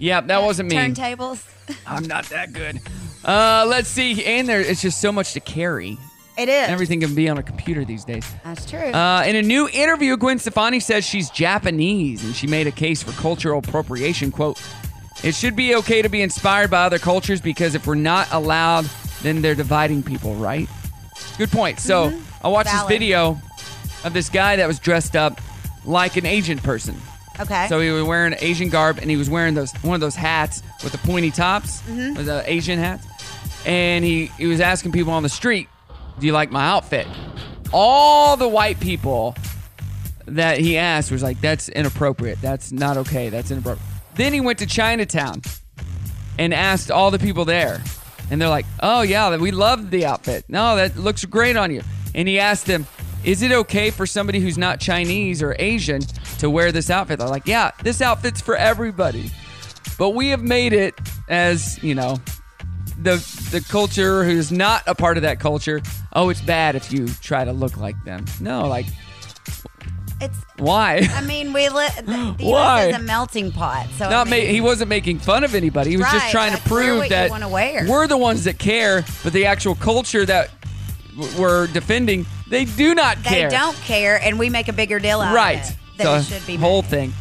Speaker 1: Yeah, that wasn't me.
Speaker 4: turntables.
Speaker 1: I'm not that good. Uh, let's see. And there, it's just so much to carry.
Speaker 4: It is.
Speaker 1: Everything can be on a computer these days.
Speaker 4: That's true.
Speaker 1: Uh, in a new interview, Gwen Stefani says she's Japanese and she made a case for cultural appropriation. Quote, it should be okay to be inspired by other cultures because if we're not allowed, then they're dividing people, right? Good point. So I watched
Speaker 4: Valid.
Speaker 1: this video of this guy that was dressed up like an Asian person.
Speaker 4: okay.
Speaker 1: So he was wearing Asian garb, and he was wearing those one of those hats with the pointy tops,
Speaker 4: Mhm.
Speaker 1: with the Asian hats. And he he was asking people on the street, "Do you like my outfit?" All the white people that he asked was like, "That's inappropriate. That's not okay. That's inappropriate." Then he went to Chinatown and asked all the people there, and they're like, "Oh yeah, we love the outfit. No, that looks great on you." And he asked them, "Is it okay for somebody who's not Chinese or Asian to wear this outfit?" They're like, "Yeah, this outfit's for everybody." But we have made it as you know, the the culture who's not a part of that culture. Oh, it's bad if you try to look like them. No, like
Speaker 4: it's
Speaker 1: why?
Speaker 4: I mean, we li- the, the
Speaker 1: Why?
Speaker 4: US is a melting pot. So I
Speaker 1: Not ma-
Speaker 4: mean,
Speaker 1: he wasn't making fun of anybody. He was just
Speaker 4: Right,
Speaker 1: trying
Speaker 4: like,
Speaker 1: to
Speaker 4: wear
Speaker 1: prove
Speaker 4: what you
Speaker 1: that
Speaker 4: wanna wear.
Speaker 1: we're the ones that care, but the actual culture that w- we're defending, they do not
Speaker 4: they
Speaker 1: care.
Speaker 4: don't care, and we make a bigger deal out
Speaker 1: right.
Speaker 4: of it than
Speaker 1: The
Speaker 4: it should be.
Speaker 1: whole thing.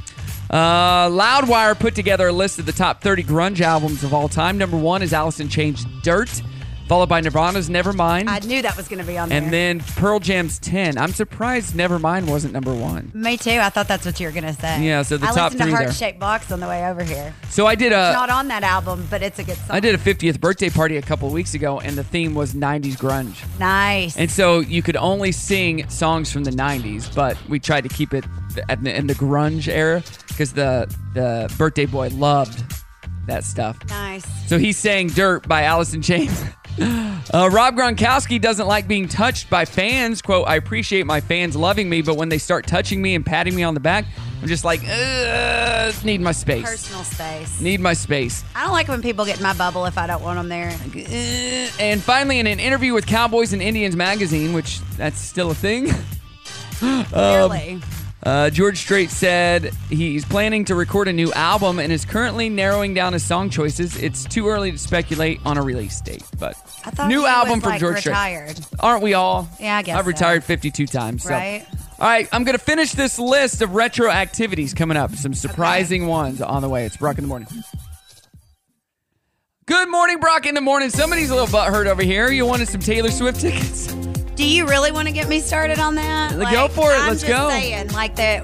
Speaker 1: Uh, Loudwire put together a list of the top 30 grunge albums of all time. Number one is Allison Chain's "Dirt," followed by Nirvana's "Nevermind,"
Speaker 4: I knew that was going to be on
Speaker 1: and
Speaker 4: there.
Speaker 1: then Pearl Jam's "10." I'm surprised "Nevermind" wasn't number one.
Speaker 4: Me too. I thought that's what you were going to say.
Speaker 1: Yeah, so the
Speaker 4: I
Speaker 1: top
Speaker 4: listened
Speaker 1: three
Speaker 4: to
Speaker 1: there.
Speaker 4: Heart Shaped Box on the way over here.
Speaker 1: So I did a
Speaker 4: it's not on that album, but it's a good song.
Speaker 1: I did a 50th birthday party a couple weeks ago, and the theme was 90s grunge.
Speaker 4: Nice.
Speaker 1: And so you could only sing songs from the 90s, but we tried to keep it at the, in the grunge era because the, the birthday boy loved that stuff.
Speaker 4: Nice.
Speaker 1: So he sang Dirt by Allison Chains. Uh, Rob Gronkowski doesn't like being touched by fans. Quote, I appreciate my fans loving me, but when they start touching me and patting me on the back, I'm just like, "Ugh, need my space.
Speaker 4: Personal space.
Speaker 1: Need my space.
Speaker 4: I don't like when people get in my bubble if I don't want them there.
Speaker 1: And finally, in an interview with Cowboys and Indians magazine, which that's still a thing. um,
Speaker 4: Clearly.
Speaker 1: uh, George Strait said he's planning to record a new album and is currently narrowing down his song choices. It's too early to speculate on a release date, but
Speaker 4: I thought
Speaker 1: new
Speaker 4: he
Speaker 1: album
Speaker 4: was,
Speaker 1: from
Speaker 4: like,
Speaker 1: George
Speaker 4: retired.
Speaker 1: Strait. Aren't we all?
Speaker 4: Yeah, I guess
Speaker 1: I've
Speaker 4: so.
Speaker 1: retired 52 times. so.
Speaker 4: Right.
Speaker 1: All right, I'm going to finish this list of retro activities coming up. Some surprising ones on the way. It's Brock in the morning. Good morning, Brock in the morning. Somebody's a little butthurt over here. You wanted some Taylor Swift tickets?
Speaker 4: Do you really want to get me started on that?
Speaker 1: Go for it.
Speaker 4: I'm
Speaker 1: Let's
Speaker 4: just
Speaker 1: go.
Speaker 4: Saying like the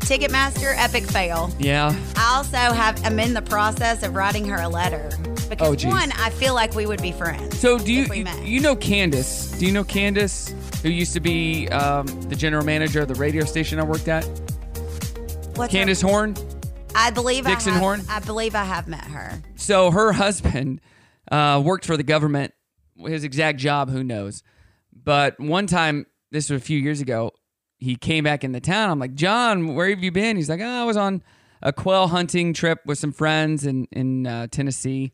Speaker 4: Ticketmaster epic fail.
Speaker 1: Yeah.
Speaker 4: I also have am in the process of writing her a letter because
Speaker 1: Oh, geez.
Speaker 4: one, I feel like we would be friends.
Speaker 1: So do you
Speaker 4: If we
Speaker 1: you,
Speaker 4: met.
Speaker 1: you know Candace? Do you know Candace, who used to be um, the general manager of the radio station I worked at?
Speaker 4: What's her-
Speaker 1: Candace Horn.
Speaker 4: I believe
Speaker 1: Dixon
Speaker 4: I have,
Speaker 1: Horn?
Speaker 4: I believe I have met her.
Speaker 1: So her husband uh, worked for the government. His exact job, who knows? But one time, this was a few years ago, he came back in the town. I'm like, John, where have you been? He's like, oh, I was on a quail hunting trip with some friends in in uh, Tennessee.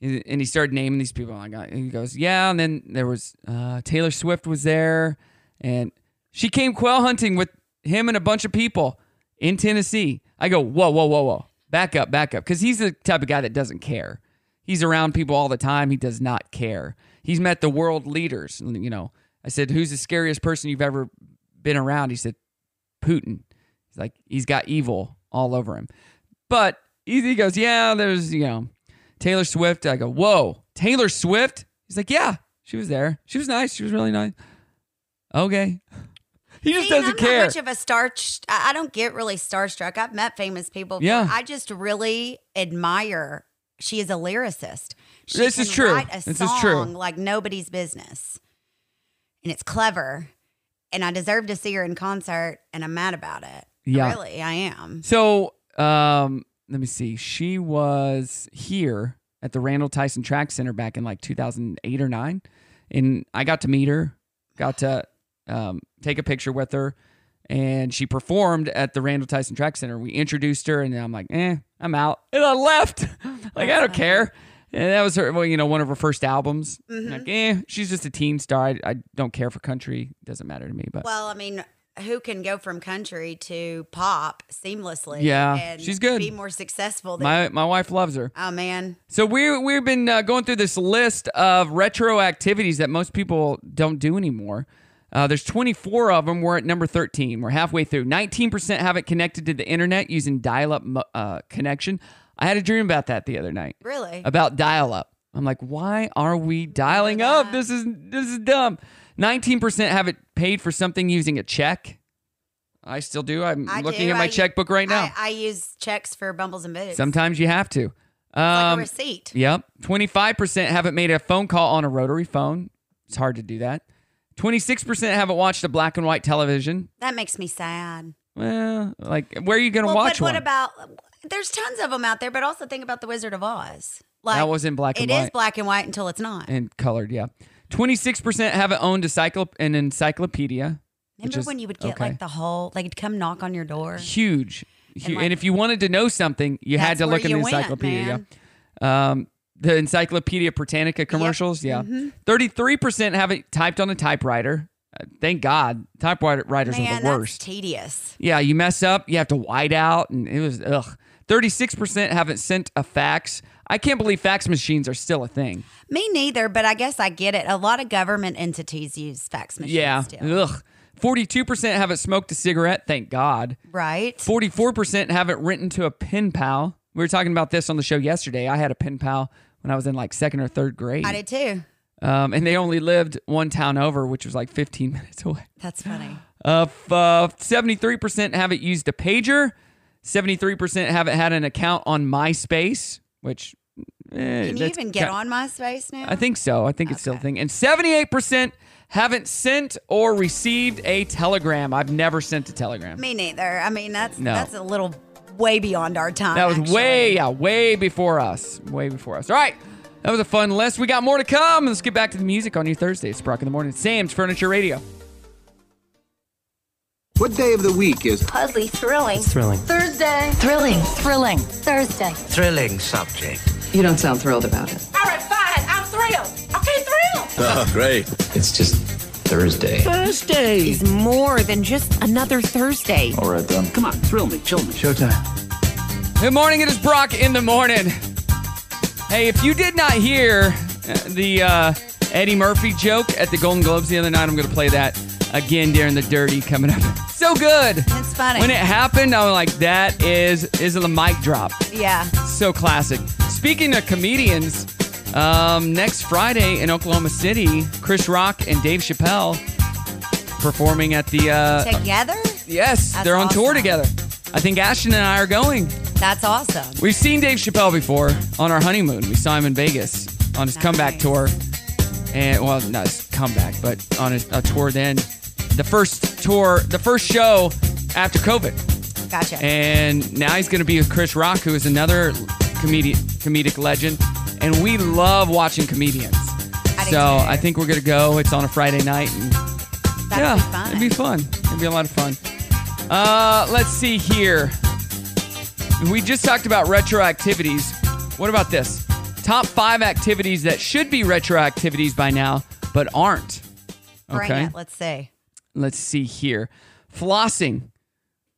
Speaker 1: And he started naming these people. I got. He goes, yeah. And then there was uh, Taylor Swift was there, and she came quail hunting with him and a bunch of people in Tennessee. I go, whoa, whoa, whoa, whoa, back up, back up, because he's the type of guy that doesn't care. He's around people all the time. He does not care. He's met the world leaders. and, You know, I said, who's the scariest person you've ever been around? He said, Putin. He's like, he's got evil all over him. But he he goes, yeah, there's, you know, Taylor Swift. I go, whoa, Taylor Swift? He's like, yeah, she was there. She was nice. She was really nice. Okay. He just
Speaker 4: See, and
Speaker 1: doesn't
Speaker 4: I'm
Speaker 1: care.
Speaker 4: Not much of a star. I I don't get really starstruck. I've met famous people. before.
Speaker 1: Yeah.
Speaker 4: I just really admire. She is a lyricist. She
Speaker 1: This
Speaker 4: can
Speaker 1: is true.
Speaker 4: Write a
Speaker 1: This
Speaker 4: song
Speaker 1: is true.
Speaker 4: Like nobody's business, and it's clever. And I deserve to see her in concert, and I'm mad about it.
Speaker 1: Yeah.
Speaker 4: really, I am.
Speaker 1: So, um, let me see. She was here at the Randall Tyson Track Center back in like 2008 or 9, and I got to meet her, got to um, take a picture with her, and she performed at the Randall Tyson Track Center. We introduced her, and then I'm like, eh, I'm out, and I left. like I don't care. And that was her, well, you know, one of her first albums.
Speaker 4: Mhm.
Speaker 1: Like, eh, she's just a teen star. I, I don't care for country; doesn't matter to me. But
Speaker 4: Well, I mean, who can go from country to pop seamlessly?
Speaker 1: Yeah,
Speaker 4: and
Speaker 1: she's good.
Speaker 4: Be more successful. Than,
Speaker 1: my my wife loves her.
Speaker 4: oh man,
Speaker 1: So we we've been uh, going through this list of retro activities that most people don't do anymore. Uh, there's 24 of them. We're at number 13. We're halfway through. 19% have it connected to the internet using dial-up mo- uh, connection. I had a dream about that the other night.
Speaker 4: Really?
Speaker 1: About dial-up. I'm like, why are we dialing up? This is this is dumb. 19% have it paid for something using a check. I still do. I'm
Speaker 4: I
Speaker 1: looking
Speaker 4: do.
Speaker 1: at my
Speaker 4: I-
Speaker 1: checkbook right now.
Speaker 4: I, I use checks for Bumbles and Boots.
Speaker 1: Sometimes you have to. Um,
Speaker 4: a receipt.
Speaker 1: Yep. 25% haven't made a phone call on a rotary phone. It's hard to do that. 26% haven't watched a black and white television.
Speaker 4: That makes me sad.
Speaker 1: Well, like, where are you going to
Speaker 4: Well,
Speaker 1: watch
Speaker 4: but what
Speaker 1: one?
Speaker 4: about? There's tons of them out there, but also think about the Wizard of Oz.
Speaker 1: That was in black and
Speaker 4: It is
Speaker 1: white.
Speaker 4: black and white until it's not.
Speaker 1: and colored, yeah. 26% haven't owned a cyclo- an encyclopedia. which
Speaker 4: Remember
Speaker 1: is
Speaker 4: when you would get
Speaker 1: okay.
Speaker 4: like the whole? They'd come knock on your door.
Speaker 1: huge. Hu- And,
Speaker 4: like-
Speaker 1: if you wanted to know something, you had
Speaker 4: That's
Speaker 1: to
Speaker 4: where
Speaker 1: look in the
Speaker 4: you went,
Speaker 1: encyclopedia.
Speaker 4: man.
Speaker 1: Um, the Encyclopedia Britannica commercials, yeah.
Speaker 4: Mhm.
Speaker 1: Thirty-three percent have it typed on a typewriter. Uh, thank God, typewriter writers are
Speaker 4: Man,
Speaker 1: the worst.
Speaker 4: that's tedious.
Speaker 1: Yeah, you mess up, you have to white out, and it was ugh. Thirty-six percent haven't sent a fax. I can't believe fax machines are still a thing.
Speaker 4: Me neither, but I guess I get it. A lot of government entities use fax machines.
Speaker 1: yeah,
Speaker 4: still,
Speaker 1: ugh. Forty-two percent haven't smoked a cigarette. Thank God.
Speaker 4: right?
Speaker 1: 44% haven't written to a pen pal. We were talking about this on the show yesterday. I had a pen pal when I was in like second or third grade.
Speaker 4: I did too.
Speaker 1: Um, and they only lived one town over, which was like 15 minutes away.
Speaker 4: That's funny.
Speaker 1: Uh, f- uh, 73% haven't used a pager. 73% haven't had an account on MySpace, which. eh,
Speaker 4: Can you
Speaker 1: that's
Speaker 4: even get
Speaker 1: ki-
Speaker 4: on MySpace now?
Speaker 1: I think so. I think it's still a thing. And 78% haven't sent or received a telegram. I've never sent a telegram.
Speaker 4: Me neither. I mean, that's
Speaker 1: No.
Speaker 4: that's a little way beyond our time.
Speaker 1: That was way, yeah, way before us. Way before us. All right. That was a fun list. We got more to come. Let's get back to the music on your Thursday. It's Brock in the Morning. Sam's Furniture Radio.
Speaker 15: What day of the week is
Speaker 3: Puzzly, thrilling.
Speaker 15: Thrilling.
Speaker 3: Thursday.
Speaker 23: Thrilling.
Speaker 3: Thrilling. Thursday.
Speaker 15: Thrilling subject.
Speaker 23: You don't sound thrilled about it.
Speaker 5: All right, fine. I'm thrilled. Okay, thrilled.
Speaker 15: Oh, great.
Speaker 7: It's just Thursday.
Speaker 3: Thursday is more than just another Thursday.
Speaker 7: All right, then.
Speaker 3: Come on, thrill me, chill me.
Speaker 7: Showtime.
Speaker 1: Good morning. It is Brock in the morning. Hey, if you did not hear uh, the uh, Eddie Murphy joke at the Golden Globes the other night, I'm going to play that again during the Dirty coming up. So good.
Speaker 4: It's funny.
Speaker 1: When it happened, I was like, that is is the mic drop.
Speaker 4: Yeah.
Speaker 1: So classic. Speaking of comedians, um, next Friday in Oklahoma City, Chris Rock and Dave Chappelle performing at the. Uh,
Speaker 4: Together?
Speaker 1: Yes,
Speaker 4: That's
Speaker 1: they're on tour
Speaker 4: awesome.
Speaker 1: together. I think Ashton and I are going.
Speaker 4: That's awesome.
Speaker 1: We've seen Dave Chappelle before on our honeymoon. We saw him in Vegas on his comeback tour. And well, not his comeback, but on his, a tour then. The first tour, the first show after COVID.
Speaker 4: Gotcha.
Speaker 1: And now he's going to be with Chris Rock, who is another comedic comedic legend. And we love watching comedians. so I think we're going to go. It's on a Friday night. And
Speaker 4: That'd
Speaker 1: yeah,
Speaker 4: be fun.
Speaker 1: it'd be fun. It'd be a lot of fun. Uh, let's see here. We just talked about retroactivities. What about this? Top five activities that should be retroactivities by now, but aren't.
Speaker 4: Bring it. Let's see.
Speaker 1: Let's see here. Flossing,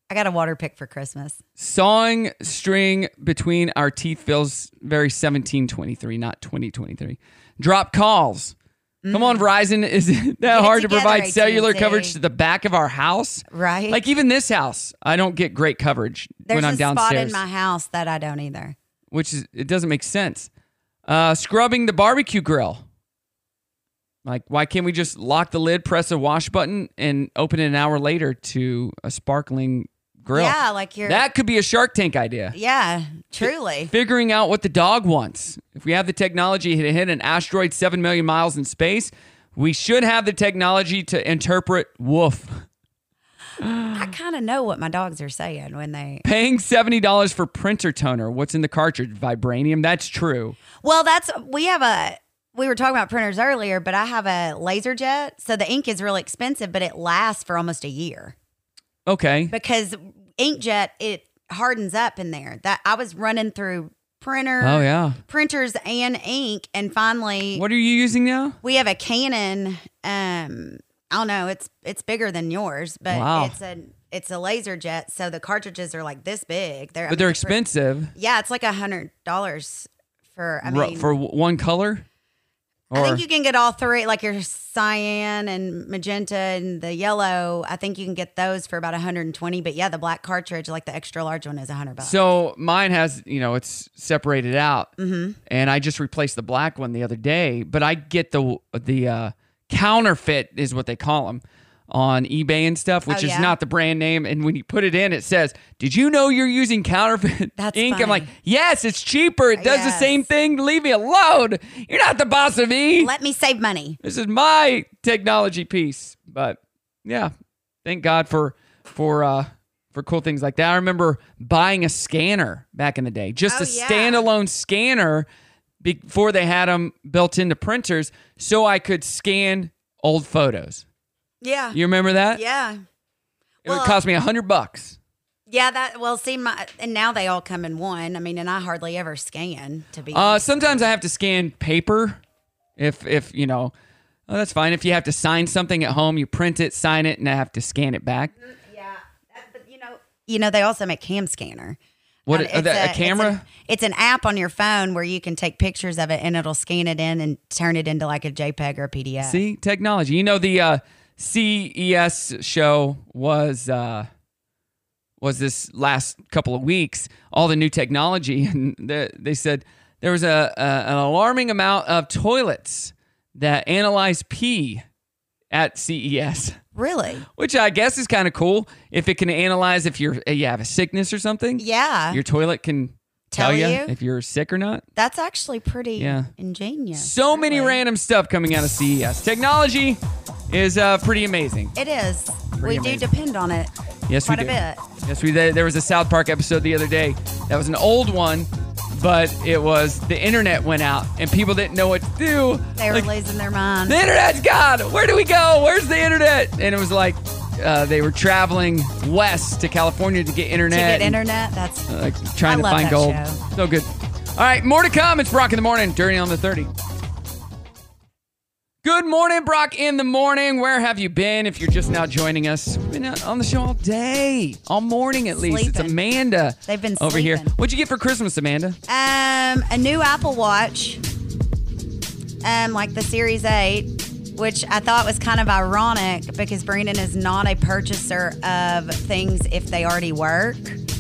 Speaker 4: I got a water pick for Christmas.
Speaker 1: sawing string between our teeth feels very 1723, not 2023. Drop calls. Come on, Verizon. Is it that
Speaker 4: it
Speaker 1: hard to
Speaker 4: Mm. together,
Speaker 1: provide cellular
Speaker 4: AT&T.
Speaker 1: coverage to the back of our house?
Speaker 4: Right.
Speaker 1: Like even this house, I don't get great coverage
Speaker 4: There's
Speaker 1: when I'm
Speaker 4: a
Speaker 1: downstairs.
Speaker 4: spot in my house that I don't either.
Speaker 1: which is it doesn't make sense. Uh, scrubbing the barbecue grill. Like, why can't we just lock the lid, press a wash button, and open it an hour later to a sparkling grill?
Speaker 4: Yeah, like you're-
Speaker 1: that could be a Shark Tank idea.
Speaker 4: Yeah, truly.
Speaker 1: Figuring out what the dog wants. If we have the technology to hit an asteroid seven million miles in space, we should have the technology to interpret woof.
Speaker 4: I kind of know what my dogs are saying when they.
Speaker 1: Paying seventy dollars for printer toner. What's in the cartridge? Vibranium. That's true.
Speaker 4: Well, that's we have a we were talking about printers earlier, but I have a laser jet, so the ink is really expensive, but it lasts for almost a year
Speaker 1: Okay.
Speaker 4: because inkjet it hardens up in there. That I was running through printer,
Speaker 1: Oh yeah.
Speaker 4: printers and ink, and finally
Speaker 1: What are you using now?
Speaker 4: we have a Canon. Um, I don't know. It's it's bigger than yours, but
Speaker 1: Wow.
Speaker 4: it's a it's a laser jet, so the cartridges are like this big. They're I mean,
Speaker 1: But they're
Speaker 4: pretty-
Speaker 1: expensive
Speaker 4: Yeah, it's like a hundred dollars for. I
Speaker 1: Ru-
Speaker 4: mean,
Speaker 1: for w- one color. Or
Speaker 4: I think you can get all three, like your cyan and magenta and the yellow. I think you can get those for about 120. But yeah, the black cartridge, like the extra large one, is 100 bucks.
Speaker 1: so mine has you know it's separated out,
Speaker 4: Mhm.
Speaker 1: and I just replaced the black one the other day. But I get the the uh, counterfeit is what they call them on eBay and stuff, which
Speaker 4: Oh,
Speaker 1: is
Speaker 4: yeah?
Speaker 1: not the brand name. And when you put it in, it says, "Did you know you're using counterfeit
Speaker 4: That's
Speaker 1: ink?" I'm
Speaker 4: funny.
Speaker 1: like, "Yes, it's cheaper. It does
Speaker 4: Yes.
Speaker 1: the same thing. Leave me alone. You're not the boss of E." me."
Speaker 4: Let me save money.
Speaker 1: this is my technology piece but yeah thank god for for uh for cool things like that i remember buying a scanner back in the day just
Speaker 4: Oh,
Speaker 1: a
Speaker 4: yeah.
Speaker 1: standalone scanner before they had them built into printers so i could scan old photos
Speaker 4: Yeah.
Speaker 1: you remember that
Speaker 4: Yeah.
Speaker 1: it would cost me a hundred bucks
Speaker 4: Yeah, that well, see, my and now they all come in one. I mean, and I hardly ever scan to be.
Speaker 1: uh sometimes i have to scan paper if if you know oh, that's fine if you have to sign something at home you print it sign it and i have to scan it back
Speaker 4: you know, they also make cam scanner.
Speaker 1: what
Speaker 4: And
Speaker 1: are that- a
Speaker 4: Um, it's
Speaker 1: camera
Speaker 4: It's an, it's an app on your phone where you can take pictures of it and it'll scan it in and turn it into like a JPEG or a PDF.
Speaker 1: See, technology. You know the uh, CES show was uh, was this last couple of weeks. All the new technology, and the, they said there was a, a an alarming amount of toilets that analyze pee at CES.
Speaker 4: Really?
Speaker 1: Which I guess is kind of cool if it can analyze if you're uh, you have a sickness or something.
Speaker 4: Yeah.
Speaker 1: your toilet can tell,
Speaker 4: Tell
Speaker 1: you,
Speaker 4: you?
Speaker 1: if you're sick or not.
Speaker 4: That's actually pretty
Speaker 1: Yeah.
Speaker 4: ingenious.
Speaker 1: So many random stuff coming out of CES. Technology is uh, pretty amazing.
Speaker 4: It is.
Speaker 1: Pretty
Speaker 4: we
Speaker 1: amazing.
Speaker 4: do depend on it.
Speaker 1: Yes,
Speaker 4: Quite
Speaker 1: we
Speaker 4: a
Speaker 1: do.
Speaker 4: bit.
Speaker 1: Yes, we did. There was a South Park episode the other day. That was an old one, but it was the internet went out and people didn't know what to do.
Speaker 4: They were losing their mind.
Speaker 1: The internet's gone. Where do we go? Where's the internet? And it was like uh, they were traveling west to California to get
Speaker 4: to
Speaker 1: internet.
Speaker 4: get
Speaker 1: and,
Speaker 4: internet. That's
Speaker 1: uh, like trying
Speaker 4: I
Speaker 1: to
Speaker 4: love
Speaker 1: find
Speaker 4: that
Speaker 1: gold.
Speaker 4: show.
Speaker 1: So good. All right, more to come. It's Brock in the morning. Dirty on the thirty. Good morning, Brock in the morning. Where have you been? If you're just now joining us, we've been out on the show all day, all morning at least. It's
Speaker 4: Sleeping.
Speaker 1: Amanda.
Speaker 4: They've been
Speaker 1: over here. What'd you get for Christmas, Amanda?
Speaker 4: Um, a new Apple Watch, um, like the Series 8, which I thought was kind of ironic because Brandon is not a purchaser of things if they already work.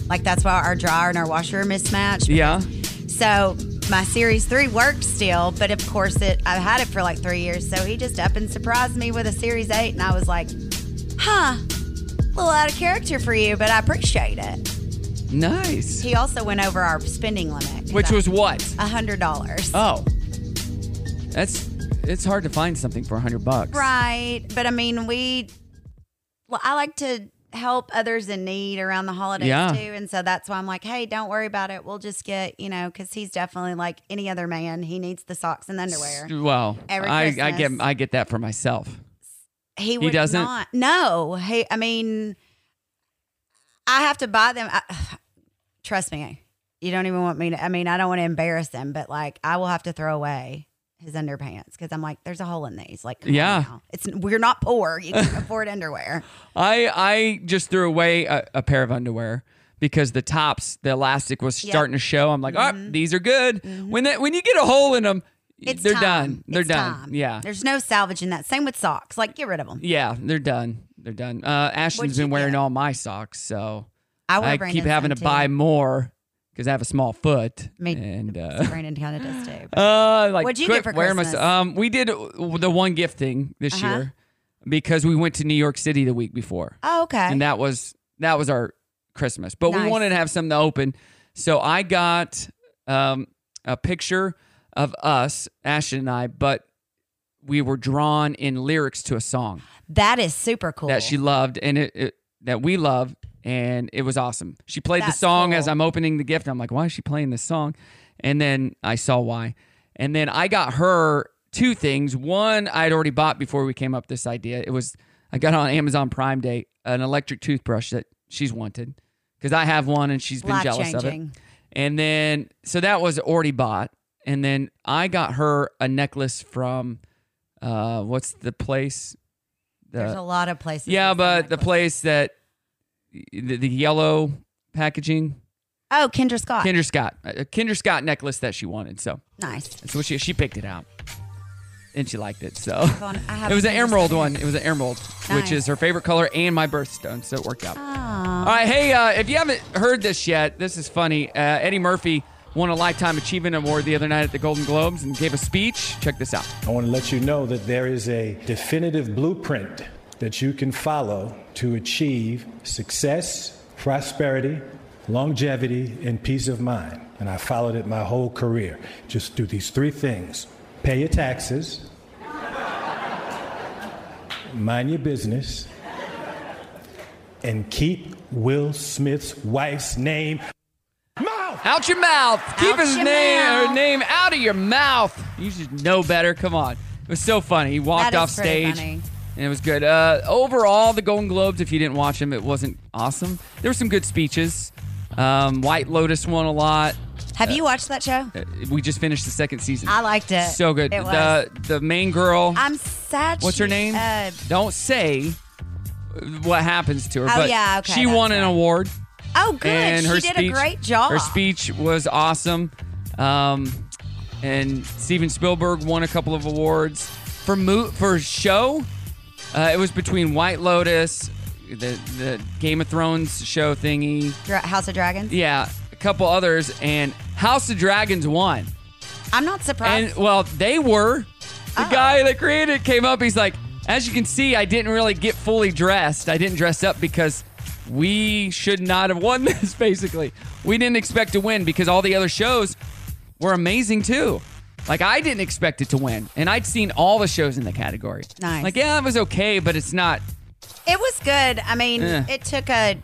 Speaker 4: Like that's why our dryer and our washer are mismatched.
Speaker 1: Yeah.
Speaker 4: So my Series 3 worked still, but of course it I've had it for like three years. So he just up and surprised me with a Series 8 and I was like, huh, a little out of character for you, but I appreciate it.
Speaker 1: Nice.
Speaker 4: He also went over our spending limit.
Speaker 1: Which was what?
Speaker 4: A hundred dollars.
Speaker 1: Oh, that's it's hard to find something for a hundred bucks.
Speaker 4: Right. But I mean, we, well, I like to help others in need around the holidays
Speaker 1: Yeah.
Speaker 4: too. And so that's why I'm like, hey, don't worry about it. We'll just get, you know, because he's definitely like any other man. He needs the socks and the underwear.
Speaker 1: Well,
Speaker 4: Every
Speaker 1: I, I get
Speaker 4: Christmas.
Speaker 1: I get that for myself.
Speaker 4: He,
Speaker 1: He
Speaker 4: would
Speaker 1: doesn't?
Speaker 4: Not, no. He, I mean, I have to buy them. I, trust me. You don't even want me to, I mean, I don't want to embarrass him, but like, I will have to throw away his underpants because I'm like, there's a hole in these. Like, come on
Speaker 1: Yeah.
Speaker 4: now. It's, we're not poor. You can afford underwear.
Speaker 1: I I just threw away a, a pair of underwear because the tops, the elastic was
Speaker 4: Yep. Mm-hmm.
Speaker 1: starting to show. I'm like, oh, these are good. When that when you get a hole in them,
Speaker 4: It's
Speaker 1: they're
Speaker 4: time.
Speaker 1: done. They're
Speaker 4: It's
Speaker 1: done.
Speaker 4: time.
Speaker 1: Yeah,
Speaker 4: There's no salvaging that. Same with socks. Like, get rid of them.
Speaker 1: yeah, they're done. They're done. Uh, Ashton's been wearing all my socks, so
Speaker 4: I wear
Speaker 1: I
Speaker 4: Brandon's
Speaker 1: keep having to
Speaker 4: some, too.
Speaker 1: buy more because I have a small foot.
Speaker 4: Me-
Speaker 1: and uh,
Speaker 4: So Brandon kind of does too.
Speaker 1: Uh, like
Speaker 4: What'd you
Speaker 1: quit
Speaker 4: get for
Speaker 1: wearing
Speaker 4: Christmas?
Speaker 1: My, um, we did uh, the one gift thing this
Speaker 4: Uh-huh.
Speaker 1: year because we went to New York City the week before.
Speaker 4: Oh, okay.
Speaker 1: and that was that was our Christmas. But we
Speaker 4: Nice.
Speaker 1: wanted to have something to open, so I got um, a picture of us, Ashton and I, but we were drawn in lyrics to a song
Speaker 4: that is super cool.
Speaker 1: that she loved and it, it that we love and it was awesome she played the
Speaker 4: That's
Speaker 1: song as
Speaker 4: cool.
Speaker 1: i'm opening the gift i'm like why is she playing this song and then i saw why and then i got her two things one i'd already bought before we came up with this idea it was i got on amazon prime day an electric toothbrush that she's wanted because i have one and she's been jealous of it
Speaker 4: Life-changing.
Speaker 1: and then so that was already bought and then i got her a necklace from uh what's the place
Speaker 4: There's a lot of places.
Speaker 1: yeah, but the place that the, the yellow packaging,
Speaker 4: Oh, Kendra Scott.
Speaker 1: Kinder Scott, a Kinder Scott necklace that she wanted. So
Speaker 4: Nice.
Speaker 1: that's what she she picked it out, and she liked it. So
Speaker 4: on, I have
Speaker 1: it was
Speaker 4: a
Speaker 1: an
Speaker 4: Kinder
Speaker 1: emerald
Speaker 4: Scott.
Speaker 1: one. It was an emerald, which
Speaker 4: Nice.
Speaker 1: is her favorite color and my birthstone. So it worked out.
Speaker 4: Aw.
Speaker 1: All right, hey, uh, if you haven't heard this yet, this is funny. Uh, Eddie Murphy won a Lifetime Achievement Award the other night at the Golden Globes and gave a speech. Check this out.
Speaker 17: I want to let you know that there is a definitive blueprint that you can follow to achieve success, prosperity, longevity, and peace of mind. And I followed it my whole career. Just do these three things pay your taxes, mind your business, and keep Will Smith's wife's name
Speaker 1: Out your mouth. Keep
Speaker 17: Out
Speaker 1: his
Speaker 17: your
Speaker 1: name
Speaker 17: mouth.
Speaker 1: her name out of your mouth. You should know better. Come on. It was so funny. He walked
Speaker 4: That is
Speaker 1: off
Speaker 4: pretty
Speaker 1: stage.
Speaker 4: funny.
Speaker 1: And it was good. Uh, overall, the Golden Globes, if you didn't watch them, it wasn't awesome. There were some good speeches. Um, White Lotus won a lot.
Speaker 4: Have you
Speaker 1: Uh,
Speaker 4: watched that show?
Speaker 1: uh, we just finished the second season.
Speaker 4: I liked it.
Speaker 1: So good.
Speaker 4: It was.
Speaker 1: The the main girl.
Speaker 4: I'm sad.
Speaker 1: What's her
Speaker 4: she-
Speaker 1: name?
Speaker 4: Uh,
Speaker 1: Don't say what happens to her.
Speaker 4: Oh,
Speaker 1: but
Speaker 4: yeah, okay,
Speaker 1: She
Speaker 4: that's
Speaker 1: won an award.
Speaker 4: oh, good.
Speaker 1: And
Speaker 4: she
Speaker 1: her
Speaker 4: did
Speaker 1: speech,
Speaker 4: a great job.
Speaker 1: Her speech was awesome. Um, and Steven Spielberg won a couple of awards for mo- for show. Uh, it was between White Lotus, the the Game of Thrones show thingy.
Speaker 4: Dra- House of Dragons.
Speaker 1: Yeah, a couple others, and House of Dragons won.
Speaker 4: I'm not surprised.
Speaker 1: And well, they were. The guy that created it came up. He's like, as you can see, I didn't really get fully dressed. I didn't dress up because we should not have won this. Basically, we didn't expect to win because all the other shows were amazing too. Like I didn't expect it to win, and I'd seen all the shows in the category.
Speaker 4: Nice.
Speaker 1: Like yeah, it was okay, but it's not.
Speaker 4: It was good. I mean,
Speaker 1: Yeah.
Speaker 4: it took a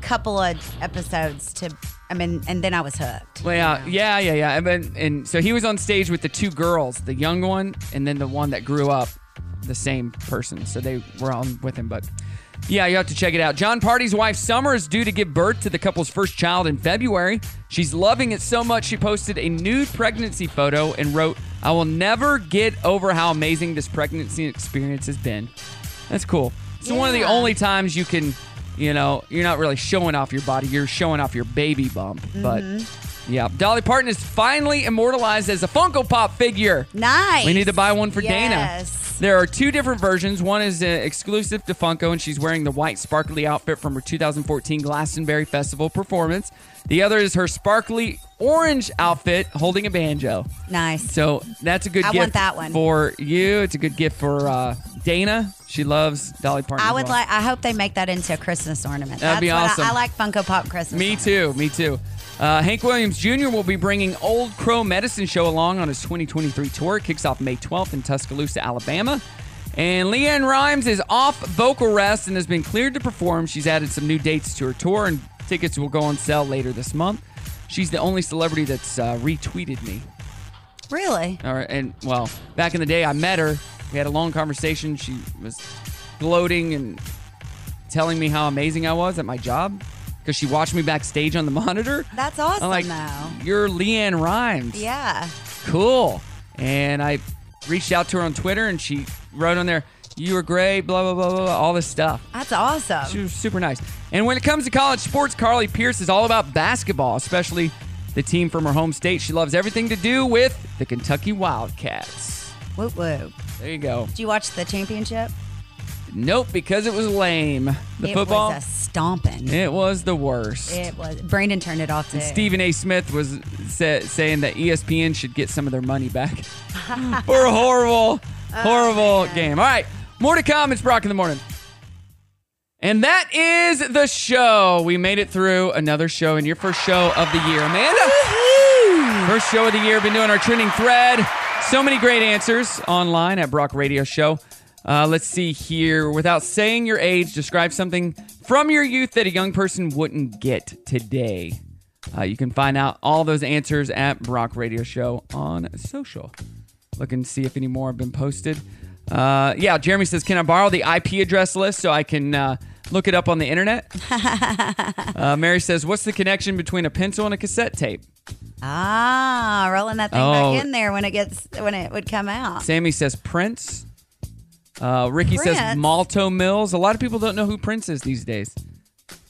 Speaker 4: couple of episodes to. I mean, and then I was hooked.
Speaker 1: Well, yeah, yeah, yeah, yeah. And, then- and so he was on stage with the two girls, the young one and then the one that grew up, the same person. So they were on with him. But yeah, you have to check it out. John Party's wife, Summer, is due to give birth to the couple's first child in February. She's loving it so much, she posted a nude pregnancy photo and wrote, I will never get over how amazing this pregnancy experience has been. That's cool. It's one of the
Speaker 4: Yeah.
Speaker 1: only times you can, you know, you're not really showing off your body, you're showing off your baby bump. But
Speaker 4: Mhm.
Speaker 1: yeah, Dolly Parton is finally immortalized as a Funko Pop figure.
Speaker 4: Nice.
Speaker 1: We need to buy one for
Speaker 4: Yes.
Speaker 1: Dana. There are two different versions. One is uh, exclusive to Funko, and she's wearing the white sparkly outfit from her 2014 Glastonbury Festival performance. The other is her sparkly orange outfit holding a banjo.
Speaker 4: Nice.
Speaker 1: So that's a good
Speaker 4: I
Speaker 1: gift
Speaker 4: want that one.
Speaker 1: for you. It's a good gift for uh, Dana. She loves Dolly Parton.
Speaker 4: I
Speaker 1: as
Speaker 4: would
Speaker 1: well.
Speaker 4: like. I hope they make that into a Christmas ornament.
Speaker 1: That'd
Speaker 4: That's
Speaker 1: be
Speaker 4: what I-
Speaker 1: awesome.
Speaker 4: I, like Funko Pop Christmas.
Speaker 1: Me too. Me too. Uh, Hank Williams Jr. will be bringing Old Crow Medicine Show along on his 2023 tour. It kicks off May 12th in Tuscaloosa, Alabama. And Leanne Rhymes is off vocal rest and has been cleared to perform. She's added some new dates to her tour, and tickets will go on sale later this month. She's the only celebrity that's uh, retweeted me.
Speaker 4: Really?
Speaker 1: All right, and well, back in the day, I met her. We had a long conversation. She was gloating and telling me how amazing I was at my job because she watched me backstage on the monitor.
Speaker 4: That's awesome,
Speaker 1: I'm like,
Speaker 4: though.
Speaker 1: You're Leanne Rhymes.
Speaker 4: Yeah.
Speaker 1: Cool. And I reached out to her on Twitter, and she wrote on there, "You were great." Blah blah blah blah. blah, All this stuff.
Speaker 4: That's awesome.
Speaker 1: She was super nice. And when it comes to college sports, Carly Pierce is all about basketball, especially the team from her home state. She loves everything to do with the Kentucky Wildcats.
Speaker 4: Woo woo.
Speaker 1: There you go.
Speaker 4: Did you watch the championship?
Speaker 1: Nope, because it was lame. The
Speaker 4: It was
Speaker 1: football.
Speaker 4: a stomping.
Speaker 1: It was the worst.
Speaker 4: It was. Brandon turned it off too.
Speaker 1: And Stephen A. Smith was sa- saying that E ESPN should get some of their money back for a horrible, horrible game. All right, more to come. It's Brock in the morning. And that is the show. We made it through another show and your first show of the year, Amanda. First show of the year. Been doing our trending thread. So many great answers online at Brock Radio Show. Uh, let's see here. Without saying your age, describe something from your youth that a young person wouldn't get today. Uh, you can find out all those answers at Brock Radio Show on social. Looking to see if any more have been posted. Uh, yeah, Jeremy says, can I borrow the IP address list so I can uh, look it up on the internet? uh, Mary says, what's the connection between a pencil and a cassette tape?
Speaker 4: Ah, rolling that thing
Speaker 1: Oh.
Speaker 4: back in there when it gets when it would come out.
Speaker 1: Sammy says Prince. Uh, Ricky says
Speaker 4: Prince?
Speaker 1: Malto Mills. A lot of people don't know who Prince is these days.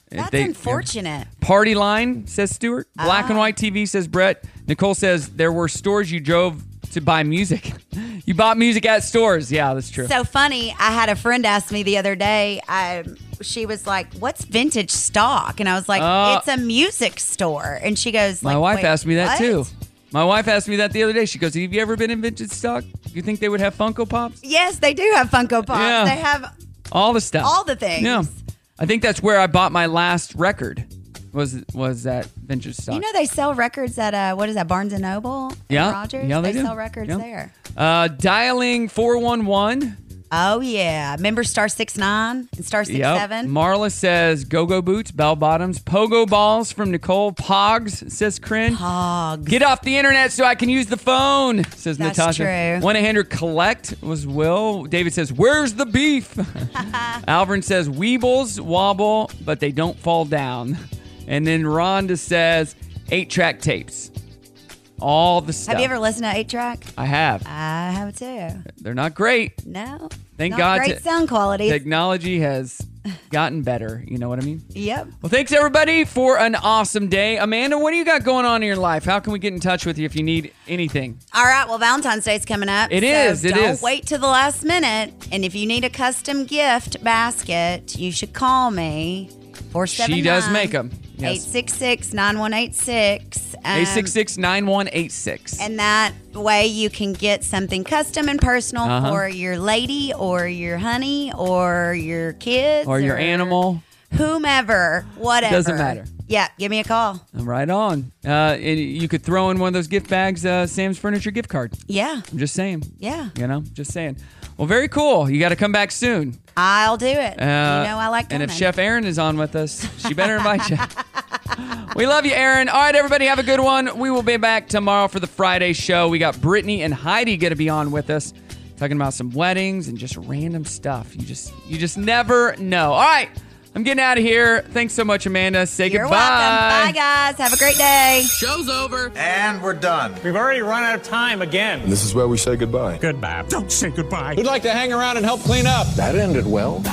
Speaker 1: If
Speaker 4: That's
Speaker 1: they- yeah.
Speaker 4: unfortunate.
Speaker 1: Party line says Stuart. Black
Speaker 4: Ah.
Speaker 1: and white TV says Brett. Nicole says there were stores you drove to buy music. you bought music at stores. Yeah, that's true.
Speaker 4: So funny. I had a friend ask me the other day. I, she was like, "What's vintage stock?" And I was like,
Speaker 1: Uh,
Speaker 4: "It's a music store." And she goes,
Speaker 1: My
Speaker 4: like,
Speaker 1: wife
Speaker 4: "Wait,
Speaker 1: asked me that
Speaker 4: what?"
Speaker 1: too. My wife asked me that the other day. She goes, "Have you ever been in vintage stock? You think they would have Funko Pops?
Speaker 4: Yes, they do have Funko Pops.
Speaker 1: Yeah.
Speaker 4: They have
Speaker 1: All the stuff.
Speaker 4: All the things.
Speaker 1: Yeah. I think that's where I bought my last record. Was was that vintage stock?
Speaker 4: You know they sell records at uh, what is that Barnes and Noble? and
Speaker 1: Yeah.
Speaker 4: Rogers.
Speaker 1: Yeah, they do.
Speaker 4: sell records
Speaker 1: Yeah.
Speaker 4: there.
Speaker 1: Uh, dialing 411.
Speaker 4: Oh yeah, remember Star Six Nine and Star Six
Speaker 1: Yep.
Speaker 4: Seven?
Speaker 1: Marla says go go boots, bell bottoms, pogo balls from Nicole. Pogs, says Kryn.
Speaker 4: Pogs.
Speaker 1: Get off the internet so I can use the phone, says
Speaker 4: That's
Speaker 1: Natasha.
Speaker 4: true.
Speaker 1: 1 800 collect was Will. David says, Where's the beef? Alvin says, Weebles wobble, but they don't fall down. And then Rhonda says, Eight track tapes. All the stuff.
Speaker 4: Have you ever listened to eight track?
Speaker 1: I have.
Speaker 4: I have too.
Speaker 1: They're not great.
Speaker 4: No.
Speaker 1: Thank
Speaker 4: Not
Speaker 1: God.
Speaker 4: Great
Speaker 1: to-
Speaker 4: sound quality.
Speaker 1: Technology has gotten better. You know what I mean?
Speaker 4: yep.
Speaker 1: Well, thanks everybody for an awesome day. Amanda, what do you got going on in your life? How can we get in touch with you if you need anything?
Speaker 4: All right. Well, Valentine's Day's coming up.
Speaker 1: It
Speaker 4: It
Speaker 1: is,
Speaker 4: is.
Speaker 1: it
Speaker 4: don't
Speaker 1: is.
Speaker 4: wait till the last minute. And if you need a custom gift basket, you should call me. Four seven.
Speaker 1: She does make 'em. Yes.
Speaker 4: Eight six six nine one eight six. Um,
Speaker 1: 866 9186.
Speaker 4: And that way you can get something custom and personal
Speaker 1: Uh-huh.
Speaker 4: for your lady or your honey or your kids
Speaker 1: Or your animal.
Speaker 4: whomever, whatever.
Speaker 1: Doesn't matter.
Speaker 4: Yeah, give me a call.
Speaker 1: Right on. Uh, and you could throw in one of those gift bags, uh, Sam's Furniture gift card.
Speaker 4: Yeah.
Speaker 1: I'm just saying.
Speaker 4: Yeah.
Speaker 1: You know, just saying. Well, very cool. You got to come back soon.
Speaker 4: I'll do it. you know I like
Speaker 1: Uh, And if
Speaker 4: coming.
Speaker 1: Chef Aaron is on with us, she better invite you. We love you, Aaron. All right, everybody, have a good one. We will be back tomorrow for the Friday show. We got Brittany and Heidi going to be on with us, talking about some weddings and just random stuff. You just, you just never know. All right, I'm getting out of here. Thanks so much, Amanda. Say
Speaker 4: You're
Speaker 1: goodbye.
Speaker 4: welcome. Bye, guys. Have a great day.
Speaker 1: Show's over.
Speaker 8: And we're done. We've already run out of time again.
Speaker 9: And this is where we say goodbye. Goodbye.
Speaker 8: Don't say goodbye.
Speaker 9: Who'd like to hang around and help clean up? That ended well.